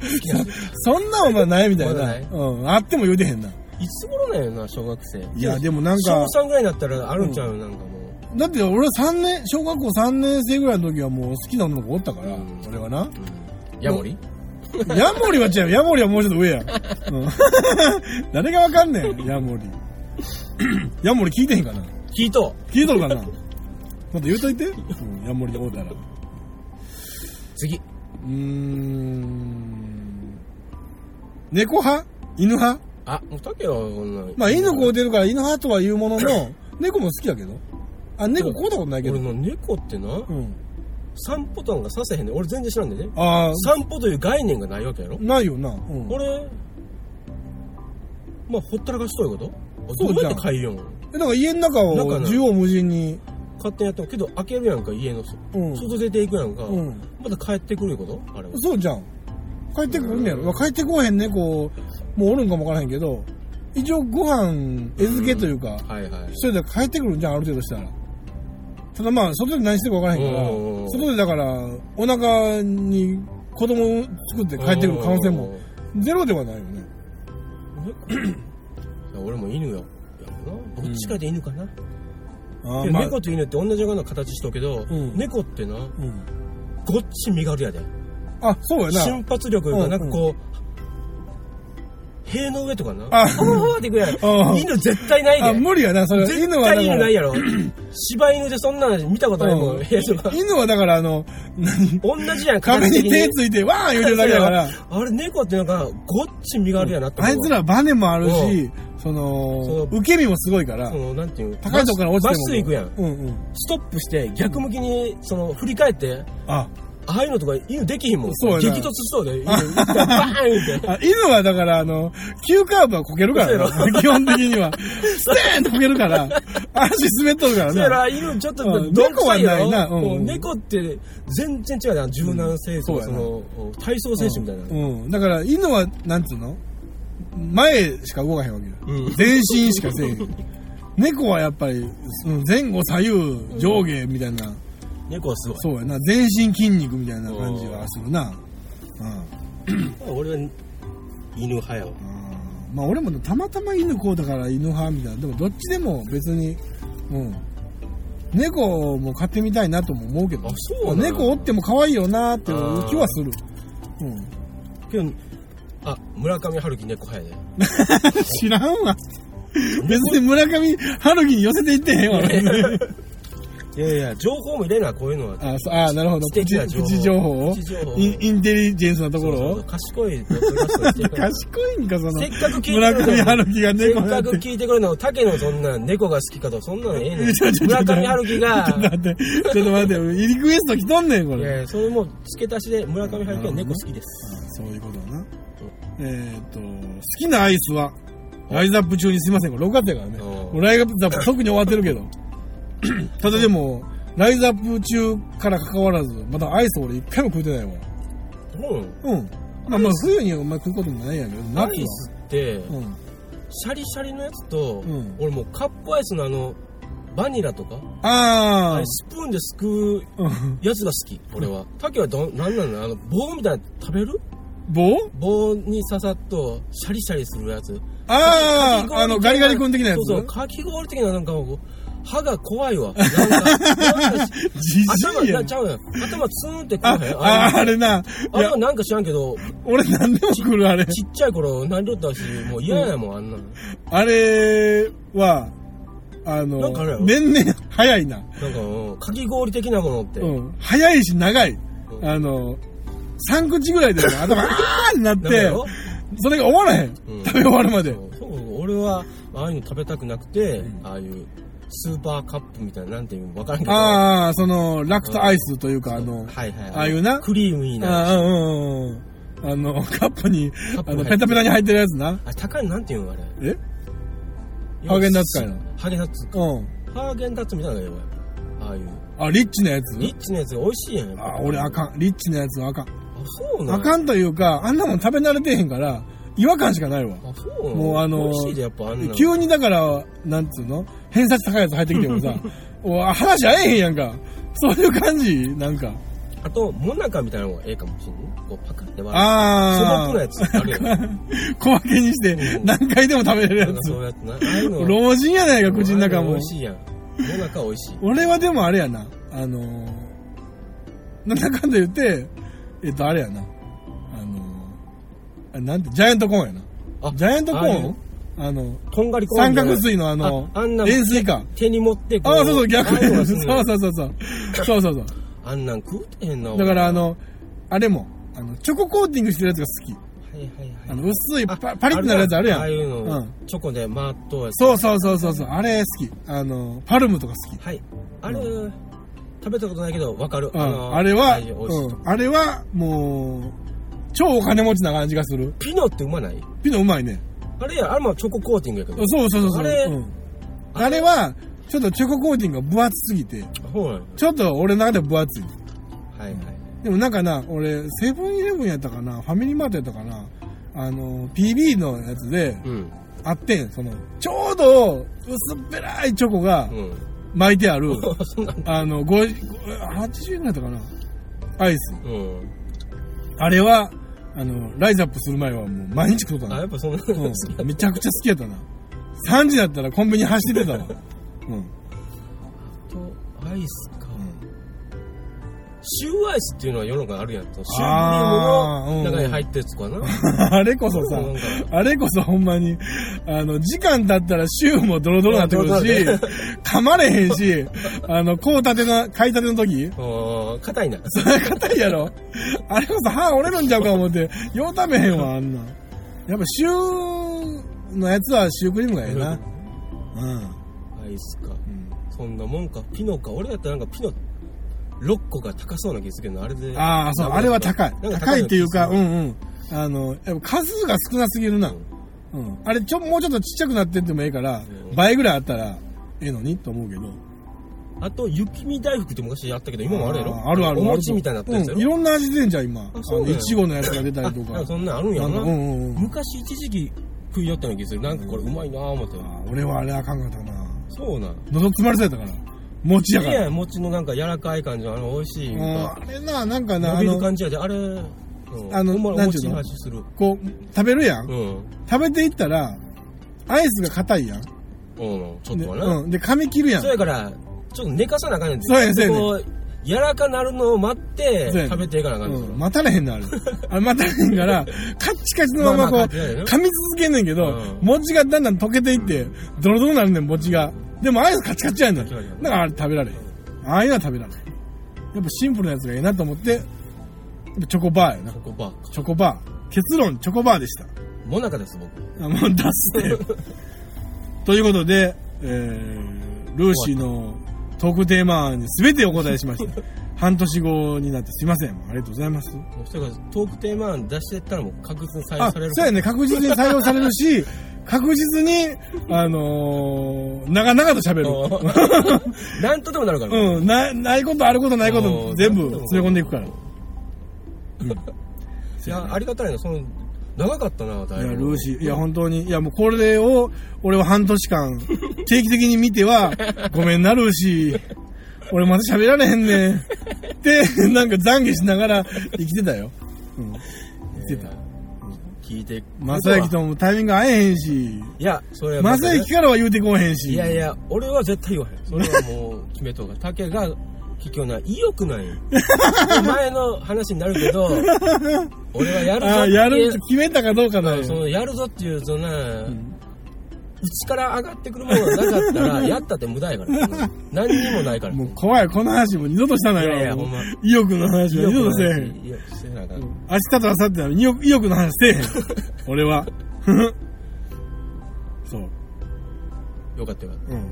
A: そんなお前ないみたい
B: まだ
A: な。
B: ない
A: うん。あっても言うてへんな。
B: いつ頃なんやな小学生
A: いや、でもなん
B: 小
A: か。
B: 3ぐらいになったらあるんちゃうなんかもう
A: だって俺は3年、小学校3年生ぐらいの時はもう好きな女の子おったから
B: うん、
A: 俺はな。
B: うんヤモリ
A: ヤモリは違う。ヤモリはもうちょっと上や。うん、 <laughs> 誰がわかんねん、ヤモリ。 <coughs> ヤモリ聞いてへんかな
B: 聞いと
A: 聞いとるかなまた言うといて。うん、ヤモリでおうたら。う
B: 次
A: ーん。猫派犬派
B: あもう竹はこんなん
A: まあ犬飼うてるから犬派とは言うものの、猫も好きやけど。あ、猫飼うたことないけ
B: 俺
A: ど。
B: の猫ってな
A: うん。
B: 散歩とかさせへんねん俺全然知らんでね
A: ああ、
B: 散歩という概念がないわけやろ
A: ないよな。うん。
B: 俺、まあ、ほったらかしということ
A: そ
B: そうう
A: じ
B: じ
A: ゃ
B: ゃ
A: ん
B: ん。どうやって変えようん
A: えなんか家の中を
B: 中な
A: 縦横無尽に。
B: 勝手にやってもけど、開けるやんか、家のそ
A: うん。
B: 外出ていくやんか。
A: うん。
B: また帰ってくるいうことあれは。
A: そうじゃん。帰ってくるんねやろ。帰ってこうへん猫もうおるんかもわからへんけど、一応ご飯、餌付けというか、
B: はいはい
A: 一。人で帰ってくるんじゃん、ある程度したら。ただまあ、外で何してるか分からへんから
B: おうおうお、う
A: 外でだから、お腹に子供を作って帰ってくる可能性も、ゼロではないよね。
B: 俺も犬よ。やろなどっちかで犬かな。
A: あ
B: い
A: ー
B: や
A: まあ
B: 猫と犬って同じような形しとるけど、
A: うん
B: 猫ってな、
A: うん
B: ごっち身軽やで。
A: あ、そうやな。
B: 瞬発力がなんかこう、塀の上とかな。
A: あ
B: ああっていくやん。
A: うん
B: 犬絶対ない
A: あ、
B: で。
A: 無理やな、それ。
B: 絶
A: 犬はだ
B: 対
A: か
B: 犬
A: ら
B: ない、やろ。柴犬でそんなの見たことないも、
A: うんん
B: 塀とか。
A: 犬はだから、あの、何
B: 同じやん、
A: 壁
B: 形
A: に
B: 的
A: 手ついて、わー言うてるだけだから、
B: あれ、猫ってなんか、ごっち身軽やなって
A: あ
B: 思う。
A: いつらバネもあるし、そ
B: そ
A: の、
B: う
A: 受け身もすごいから
B: そ、の、なんていう
A: 高いとこから落ちても。
B: まっすぐ行くやん。
A: うんうん。
B: ストップして、逆向きに、その、振り返って、
A: あ、
B: ああいうのとか犬できひんもん。
A: そうやな
B: 激突しそうで、犬バ
A: <laughs>
B: ーンって。
A: あ犬はだから、あの、急カーブはこけるから
B: そう
A: <laughs>
B: や
A: な、基本的には。ステーンとこけるから、足滑っとるから
B: だ
A: な。
B: から犬ちょっと
A: うん
B: どんくさよ
A: 猫はないなうん
B: もう猫って全然違うな柔軟性とか、
A: うん
B: そ
A: そうやな
B: の体操選手みたいな、
A: うん。だから、犬は、なんつうの前しか動かへんわけよ。
B: うん
A: 全身しかせえへん。猫はやっぱり、その前後左右上下みたいな、
B: <laughs> 猫はすごい
A: そうやな、全身筋肉みたいな感じはするな。うん。
B: 俺は犬派やわ
A: うんまあ俺もたまたま犬こうだから犬派みたいなでもどっちでも別にうん猫も飼ってみたいなとも思うけど
B: あそうなんや
A: 猫おっても可愛いよなっていう気はするうん <laughs>
B: けどあ村上春樹猫派や
A: 知らんわ別に村上春樹に寄せていってへんわ別に
B: でいやいや情報も入れなこういうのは
A: あそうあなるほど
B: 知的な
A: プチプチ情報を
B: プチ情報
A: インインテリジェンスなところ
B: そうそう
A: を
B: 賢いポッドキャストにしていかない
A: 賢いんかその
B: せっかく聞いてくれ
A: 村上
B: たの
A: 春樹が
B: せっ
A: 猫
B: か
A: やっ
B: く
A: て
B: 聞いてくれたの竹のそんな猫が好きかとそんなのえ
A: <laughs>
B: えねん
A: ちょちょちょ
B: 村上春樹が
A: <laughs> ちょっと待ってちょっと待って俺リクエスト来とんねんこ
B: い
A: れ
B: やいやそれも付け足しで村上春樹は猫好きです
A: あそういうことな。えっ、と、好きなアイスは、ライズアップ中にすいません、これ6月やからね。
B: うん
A: もうライズアップ特に終わってる <coughs> けど。ただでも、ライズアップ中から関わらず、まだアイス俺一回も食うてないわ。
B: うん
A: うん。まあまあ冬にお前食うこともないやけど、
B: ア
A: 夏
B: イスっ
A: は。
B: て、
A: うん。
B: シャリシャリのやつと、
A: うん
B: 俺もうカップアイスのあのバニラとかあ
A: あ <laughs>
B: れスプーンですくう
A: ー。うん
B: やつが好き俺は竹はどんなんなのあの棒みたいなの食べる
A: 棒
B: 棒に刺さっとシャリシャリするやつ
A: ああ、
B: かき氷
A: あの、ガリガリ君的なやつ。
B: そうそうかき氷的ななんかこう歯が怖いわなんか
A: <laughs>
B: なんか
A: じ
B: 頭
A: じいや
B: なんち。ゃうやん頭ツーンってこう
A: あ
B: へん、
A: あ
B: あ
A: あ
B: れ
A: れな。い
B: あれ
A: や
B: は、なんか知らんけど
A: 俺何でも食る、あれ。
B: ちっちゃい頃何だったしもう嫌やもんあんなの
A: あれは、あ
B: な
A: の
B: んかあれや、ろ
A: 年々早いな。
B: なんかうんかき氷的なものって、
A: うん。早いし長い。
B: うん
A: あの、3口ぐらいで
B: <laughs>
A: ね頭、あーになっ
B: なんか
A: て
B: や、ろ
A: それが終わらへん。
B: うん
A: 食べ終わるまで。
B: そう俺はああいうの食べたくなくて、ああいうスーパーカップみたいななんていうの分からんけど
A: ああ、その、ラクトアイスというか、あの、
B: はいはい
A: ああいうな
B: クリームいいなあ
A: あーうんうんうん。あの、カップに、
B: カップ
A: あの、
B: 入ってる
A: ペタペタに入ってるやつな。
B: 高いのなんていうのあれ
A: えハーゲンダッツかいな
B: ハーゲンダッツ
A: うん。
B: ハーゲンダッツみたいなのがやばいああいう
A: あ、リッチなやつ
B: リッチなやつが美味しいやんやっぱ
A: あ、俺あかん。リッチなやつはあかん。
B: あそうな
A: あ
B: のあ
A: かんというか、あんなもん食べ慣れてへんから、違和感しかないわ。
B: そうなの
A: もうあのー
B: 美味しいでやっぱあんなの
A: 急にだから、なんつうの偏差値高いやつ入ってきても
B: <laughs>
A: さ、おい話合えへんやんか。そういう感じなんか。
B: あとモナカみたいなのがええかもしれないこうパカって割る
A: ああ。
B: 素朴なやつあるや
A: <laughs>
B: ん
A: 小分けにして
B: うん
A: 何回でも食べれる
B: な
A: や
B: んか
A: つ。
B: そうやってなああいう
A: <laughs>
B: の
A: 老人やないか、口の中
B: ああいうの美
A: も
B: 味。しいやんモナカ美味しい
A: 俺はでもあれやな。あのー、なんだかんだ言って、えっと、あれやな。あのー、あなんて、ジャイアントコーンや
B: あ
A: な。ジャイアントコ
B: ああい
A: ー
B: う
A: ンあの、
B: こんがりコーン
A: 三
B: みたいな
A: 角錐のあの、
B: ああんな
A: 円錐か。
B: 手に持ってこ
A: ああ、そうそう、逆
B: ああいうの
A: に。
B: がす
A: そ
B: ん
A: う
B: ねん
A: そうそうそう。そうそうそう。
B: あんなん食うてへんな
A: だからあ
B: は
A: の、あれも、あの、チョココーティングしてるやつが好き。
B: いはい
A: あ
B: はい
A: の、薄いパ
B: あ
A: パリッとなるやつあるやん。
B: ああいうの、
A: うん。
B: チョコで回っとうやつ
A: そうそうそうそうそう、あれ好き。あの、パルムとか好き。
B: はいあれ、食べたことないけどわかる、
A: うん。あ
B: の
A: れは、
B: い美味しい
A: うん。あれは、もう、超お金持ちな感じがする。
B: ピノってうまない
A: ピノうまいね。
B: あれやあれもチョココーティングやけど
A: そうそうそうそう。
B: あれ
A: うんあれは、ちょっとチョココーティングが分厚すぎて、
B: ほらはい
A: ちょっと俺の中では分厚い。
B: はい
A: でもなんかな、俺、セブンイレブンやったかな、ファミリーマートやったかな、あの、PB のやつで、
B: うん。
A: あってん、その、ちょうど、薄っぺらいチョコが
B: うん。 <laughs>
A: 巻いてある、
B: そんな。
A: あの、50 80円だったかなアイス。
B: うん。
A: あれは、あの、ライズアップする前はもう毎日食うた
B: あ、や
A: な。
B: っぱそんな <laughs> の好き
A: うん、めちゃくちゃ好きやったな。3時だったらコンビニ走ってたわ。
B: <laughs>
A: うん。うん
B: と、アイスか。シューアイスっていうのは世の中にあるやんと。シュークリ
A: あー
B: ームの中に入ったやつかな。
A: あれこ <laughs> そさ
B: うん、
A: あれこそほんまに、あの、時間経ったら週もドロドロなってくる
B: ドロ
A: し、噛まれへんし、あの、こうたての、買いたての時
B: あー硬いな。
A: それ硬いやろ。あれこそ歯折れるんちゃうか思って、よう食べへんわ、あんなん。やっぱシューのやつはシュークリームがええ
B: <laughs>
A: な。う
B: アイスか。
A: ん。
B: そんなもんか。ピノか。俺だったらなんかピノ、6個が高そうな気するけど、あれで。
A: ああ、そう、あれは高い。
B: なん
A: 高いっていうか、うん
B: ん。
A: うん。あの、やっぱ数が少なすぎるな。うん。あれ、ちょ、もうちょっとちっちゃくなってってもええから
B: う、ん
A: 倍ぐらいあったら、ええのにと思うけど。
B: あと、雪見大福って昔やったけど、今もあるやろ
A: ああるある。
B: お餅みたいになったやつ
A: う
B: や
A: ん。い
B: ろ、
A: ろんな味出んじゃん、今。あ
B: そう
A: の、
B: だよ
A: いちごのやつが出た
B: あ
A: りと
B: なん
A: か
B: か。そんなんあるんや
A: な
B: ろ
A: んか
B: な。
A: うんうんうん。
B: 昔一時期食いよったような気する。なんかこれうまいなぁ思って。
A: あ俺はあれあかんかったな。
B: そうなん。
A: 喉詰まりそうやったから。餅や
B: い
A: か
B: や
A: ら。
B: や、餅のなんか柔らかい感じの、あの、美味しい。
A: うん、
B: な
A: あれな、なんか
B: んか
A: な、あ
B: 伸びる
A: の、
B: 感じやで、あれ、うん
A: あの
B: ほんまお
A: なんてい
B: 餅
A: う
B: の
A: の
B: 味する。
A: こう、食べるやん。
B: うん。
A: 食べていったら、アイスが硬いやん。
B: うん、ちょっ
A: で、
B: とはな。
A: うん。で、噛み切るやん。
B: そうやから、ちょっと寝かさなあかんねんて
A: そうやねんそうやねん
B: こう柔らかなるのを待って
A: そうやねん
B: 食べていかなあかんねん
A: うん、待たれへんのあれ。あれ待たれへんから、カッチカチのままこう、
B: まあまあカチカチだよね
A: 噛み続けんねんけど、
B: うん
A: 餅がだんだん溶けていって、ドロドロになるねん、餅が。でもアイスカチカチやねん。
B: カチ
A: だ
B: カ
A: か
B: チやね
A: らあれ食べられへん。ああいうのは食べられへん。やっぱシンプルなやつがいいなと思って、やっぱチョコバーやな
B: チ。ョコバーか
A: チョコバー。結論、チョコバーでした。
B: もなかです僕
A: あもう出してよ。 <laughs> ということで、えー、ルーシーのトークテーマに全てお答えしま <laughs> した。半年後になってすいません。ありがとうございます。
B: もうそれからトークテーマ案出してったらもう確実に採用
A: あ、
B: さ
A: そ
B: れる
A: うやね。確実に採用される <laughs> し、確実に、あのー、長々と喋る。
B: うん <laughs> なんとでもなるから、
A: うん、な、ないことあることないこと
B: うん
A: 全部詰め込んでいくから。い
B: いやありがたいなその長かったなだい
A: や、
B: ぶ
A: ルーシー、いや、本当に、いや、もうこれを、俺は半年
B: <laughs>
A: 間、定期的に見ては、ごめんな、ルーシー。俺また喋られへんねん。って、なんか懺悔しながら生きてたよ。うん。生きてた。
B: 聞いて
A: まさゆきともタイミング合えへんし、
B: いやそれは
A: まさゆきからは言うてこうへんし。
B: いやいや俺は絶対言わへんそれはもう決めとうが竹が結局な意
A: <laughs>
B: 欲ない前の話になるけど俺はやるぞ
A: あ
B: っ
A: あ、
B: て
A: やるって決めたかどうかな
B: うん
A: よ。
B: そのやるぞっていうそのな、うん内から上がってくるものがなかった
A: <laughs>
B: らやったって無駄やから何にもないから
A: もう怖い、この話も二度としたないよ。
B: やいやほんま
A: 意欲の話は二度とせえへん。
B: いやせえなあかん
A: 明日と明後日は意欲意欲の話せえへん。
B: <laughs>
A: 俺は。そう。
B: よかったよかっ
A: うん。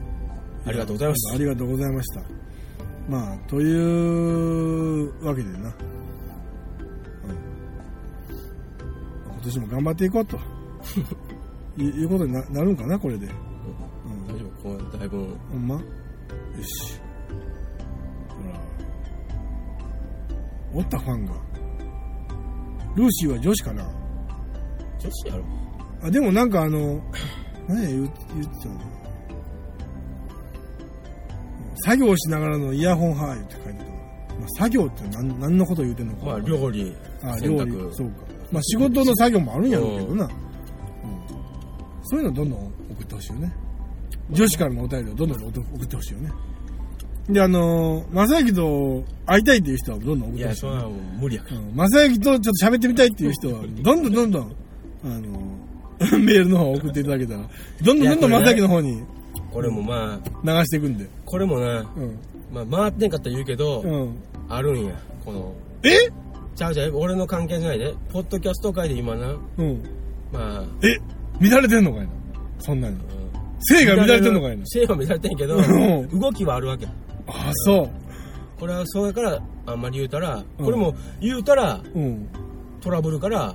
B: たありがとうございま
A: あ
B: す
A: りがとうございました。まあ、というわけでな。うん今年も頑張っていこうと。
B: <laughs>
A: いいうことにななるんかな、これで。うん
B: 大丈夫こうだいぶ
A: ほんまよし。ほら。おったファンが。ルーシーは女子かな
B: 女子やろ
A: あ、でもなんかあ
B: <laughs>
A: の、何や言う言ってたの作業しながらのイヤホン派言って書いてたからまあ、作業って何何のこと言うてんのか。
B: まあ料理
A: あ
B: 洗
A: 料
B: 濯
A: 理そうか。まあ仕事の作業もあるんやろうけどな。うんそういうのどんどん送ってほしいよね。女子からのお便りをどんどん送ってほしいよね。で、あのー、正幸と会いたいっていう人はどんどん送っ
B: い
A: てほ
B: や
A: しい
B: そんなもう無理やから
A: うん。正幸とちょっと喋ってみたいっていう人は、どんどんどんどん、あのー、 <laughs> メールの方を送っていただけたら、どんどんどんどん
B: いやこ
A: 正
B: れね
A: 幸の方に
B: これもまあ
A: 流していくんで。
B: これもな、
A: うん。
B: まあ、回ってんかったら言うけど、
A: うん。
B: あるんやこの
A: え
B: ちゃうちゃう俺の関係じゃないでポッドキャスト界で今な
A: うん。
B: まあ
A: え乱れてんのかいな。そんなに。性が乱れてんのかいな。
B: 性は乱れてんけど
A: うん
B: 動きはあるわけ
A: あ、そう。
B: これはそうやからあんまり言うたら
A: うん
B: これも言うたら
A: うん。
B: トラブルから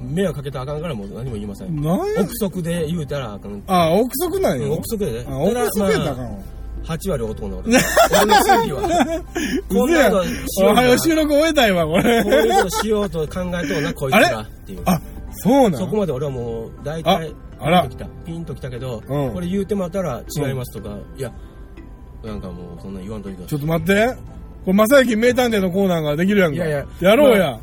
B: 迷惑かけたらあかんからもう何も言いません
A: なんや
B: 憶測で言うたらあかんうん
A: あ、憶測なんよ。
B: 憶測でね
A: あ、憶測やったらあ
B: た
A: か
B: だま
A: んわ。
B: あ8割
A: <laughs>
B: 男の俺俺の正義はこんなことし
A: お
B: よう
A: はよ
B: な
A: う収録終えたいわ、これ
B: こう。いうことしようと考えとうなこいつ
A: あれ
B: らっていう
A: あ、そうな
B: そこ
A: の
B: まで俺はもう大体
A: ああら
B: ピンときたピンときたけど、
A: うん
B: これ言うてまたら違いますとか、いやなんかもうそんなん言わんといて
A: ちょっと待って。これ、正幸名探偵のコーナーができるやんか。
B: いやいや
A: ろうや。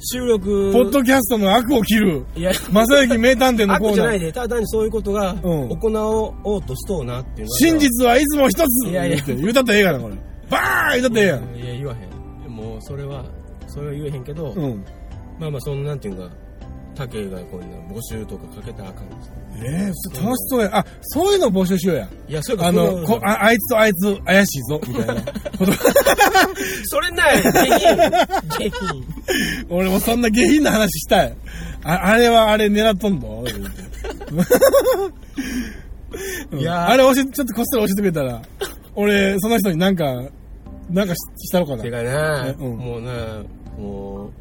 B: 収録
A: ポッドキャストの悪を切る。
B: いや
A: 正幸名探偵のコ
B: 悪
A: ー
B: じゃ
A: ナ
B: ない
A: ー。
B: でただ単にそういうことが
A: うん
B: 行おうとしとうなっていうのが
A: 真実はいつも一つ
B: いやいや
A: 言うて言うたったらええがな、これ。バーン言うたったらええやん。
B: いや言わへんもうそれはそれは言えへんけど、
A: うん。
B: まあまあそのなんていうんか竹がこんな募集とかかけたらあかんです
A: ええそれ楽しそうや。あ、そういうの募集しようや。
B: いやそれか
A: あ
B: そ
A: の、
B: う
A: こああいつとあいつ怪しいぞ、みたいなこと。
B: そ
A: <laughs>
B: れない下品下品
A: 俺もそんな下品な話したい。ああれはあれ狙っとん
B: <laughs>
A: の言うてうん
B: いやー
A: あれ教えて、ちょっとこっそり教えてくれたら、俺、その人になんか、なんかししたろかな
B: て。かな、
A: えうん
B: もうなもう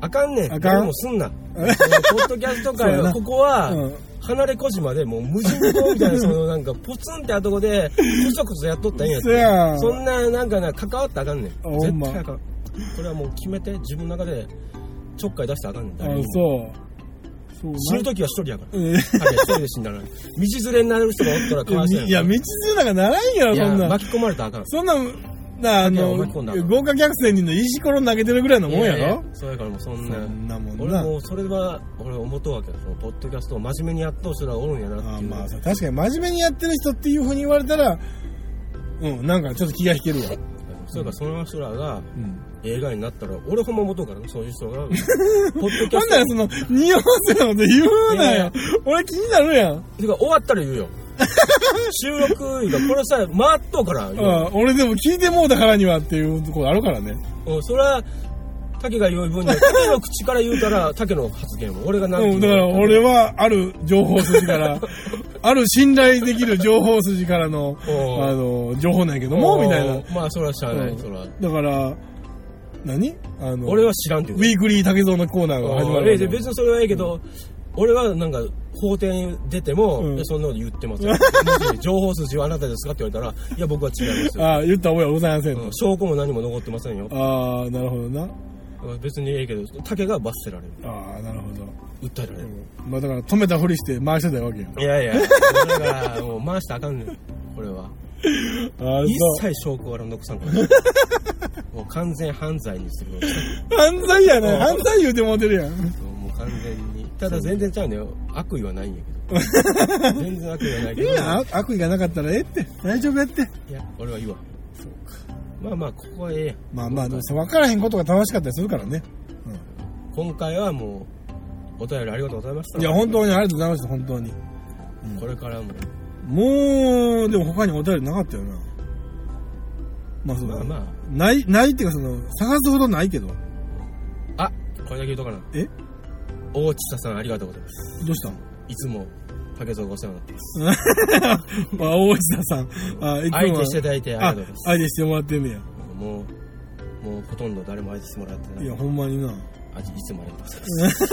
B: あかんねん
A: あかん
B: でもすんなポッドキャスト
A: そう
B: 界
A: やな
B: はここは、
A: うん
B: 離れ小島でもう無人島みたい
A: <laughs>
B: なそのなんかポツンってあとこでこそこそやっとったんやって
A: そやん
B: そんななんかな関わったらあかんねん
A: ほん
B: 絶
A: ま
B: 対あかんこれはもう決めて自分の中でちょっかい出したらあかんねん
A: あ
B: 誰にも
A: そう。そう
B: 死ぬ時は一人やから
A: なんうん
B: 彼一人で死んだ
A: <laughs>
B: ら道連れになれる人がおったらかわいそう
A: いや、道連れなんかならんやろ、
B: い
A: そん
B: や
A: な
B: 巻。き込まれたらあかん
A: そんな、なあ
B: いや
A: の、
B: 巻き込んだ
A: 豪華客船にの石ころ投げてるぐらいのもんや
B: いい
A: ろ
B: そうやからもうそ
A: そ
B: んなん
A: なもん
B: 俺
A: な。
B: もうそれは俺は思っとうわけよそのポッドキャストを真面目にやっとう人がおるんやなっ
A: あ
B: ていう
A: まあさ確かに真面目にやってる人っていうふうに言われたらうんなんかちょっと気が引けるわ、
B: それからその人らが
A: うん、
B: 映画になったら俺ほんま思っとうからねそういう <laughs> 人がポッドキ
A: ほ
B: ャ
A: んな
B: スト
A: らその匂わせなこと言うない
B: やい
A: よ
B: や
A: 俺気になるやん、
B: てか終わったら言 <laughs> うよ収録いうかこれさ回っとうから
A: う
B: 言う
A: ん、
B: よ
A: 俺でも聞いてもうだからにはっていうところあるからね
B: うんそれは竹が言う分 <laughs> には竹の口から言うから竹の発言を俺が何て
A: う
B: 言
A: ん、だ
B: うの
A: から俺はある情報筋から
B: <laughs>
A: ある信頼できる情報筋からのあ
B: おう
A: の情報なんやけどもみたいな
B: おーまあそれはしゃあない、
A: うん
B: それは
A: だから何あの
B: 俺は知らんって
A: ウ
B: 言う
A: ィークリー竹蔵のコーナーが始ま
B: いや
A: る
B: いや別にそれはいいけど、俺はなんか法廷に出ても、
A: うん
B: いやそんなこと言ってます
A: <laughs>
B: よもし情報筋はあなたですかって言われたらいや僕は違いますよ、
A: ああ言った覚えはございませんと、
B: うん証拠も何も残ってませんよ
A: ああなるほどな
B: 別にいいけど竹が罰せられる
A: ああなるほど、
B: 訴えられる、
A: まあだから止めたふりして回してたわけよ
B: いやいやだからもう回したらあかんねんこれは
A: ああ
B: 一
A: そう
B: 切証拠は残さん
A: <laughs>
B: からもう完全犯罪にする
A: 犯罪やね
B: うん
A: 犯罪言うてもうてるやん
B: もう完全にただ全然ちゃうんだよ悪意はないんや
A: <laughs>
B: けど全然悪意はない
A: い
B: けど
A: やん悪意がなかったらええって大丈夫やって
B: いや、俺は言わん。まあまあ、ここはええやん。
A: まあまあでもさ分からへんことが楽しかったりするからね、
B: 今回はもう、お便りありがとうございまし
A: う
B: た。
A: ん、いや本当にありがとうございました本当に
B: これからも、
A: もうでも他にお便りなかったよなまあそうだ
B: まあ
A: な、
B: ま
A: ないないっていうかその探すほどないけど
B: あ、あ、これだけ言うとかな。
A: え
B: 大地さんありがとうございます。
A: どうしたの
B: いつも、竹蔵がお世話になってます。
A: <laughs> まあ大石田さんあいつもは
B: 相手していただいてあ
A: あ
B: りがとうございます。
A: 相手してもらってんねや
B: もう、もうほとんど誰も相手してもらってない。
A: いやほんまにな
B: あいつもありがとうございます。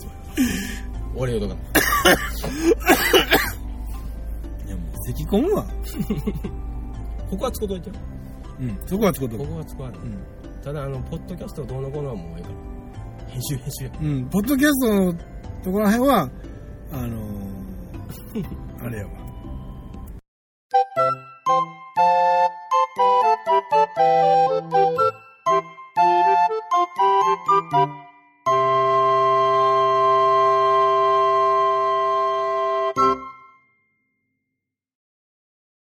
A: <laughs>
B: 俺言うとかな。
A: いやもう咳込むわ
B: ここは使うといてよ。
A: うんそこはちょっと
B: ここは使わない。
A: うん
B: ただ、あの、ポッドキャストどうのこうのはもうええから。編集編集や。
A: うん、ポッドキャストのところらへんは、あのーあれやわ。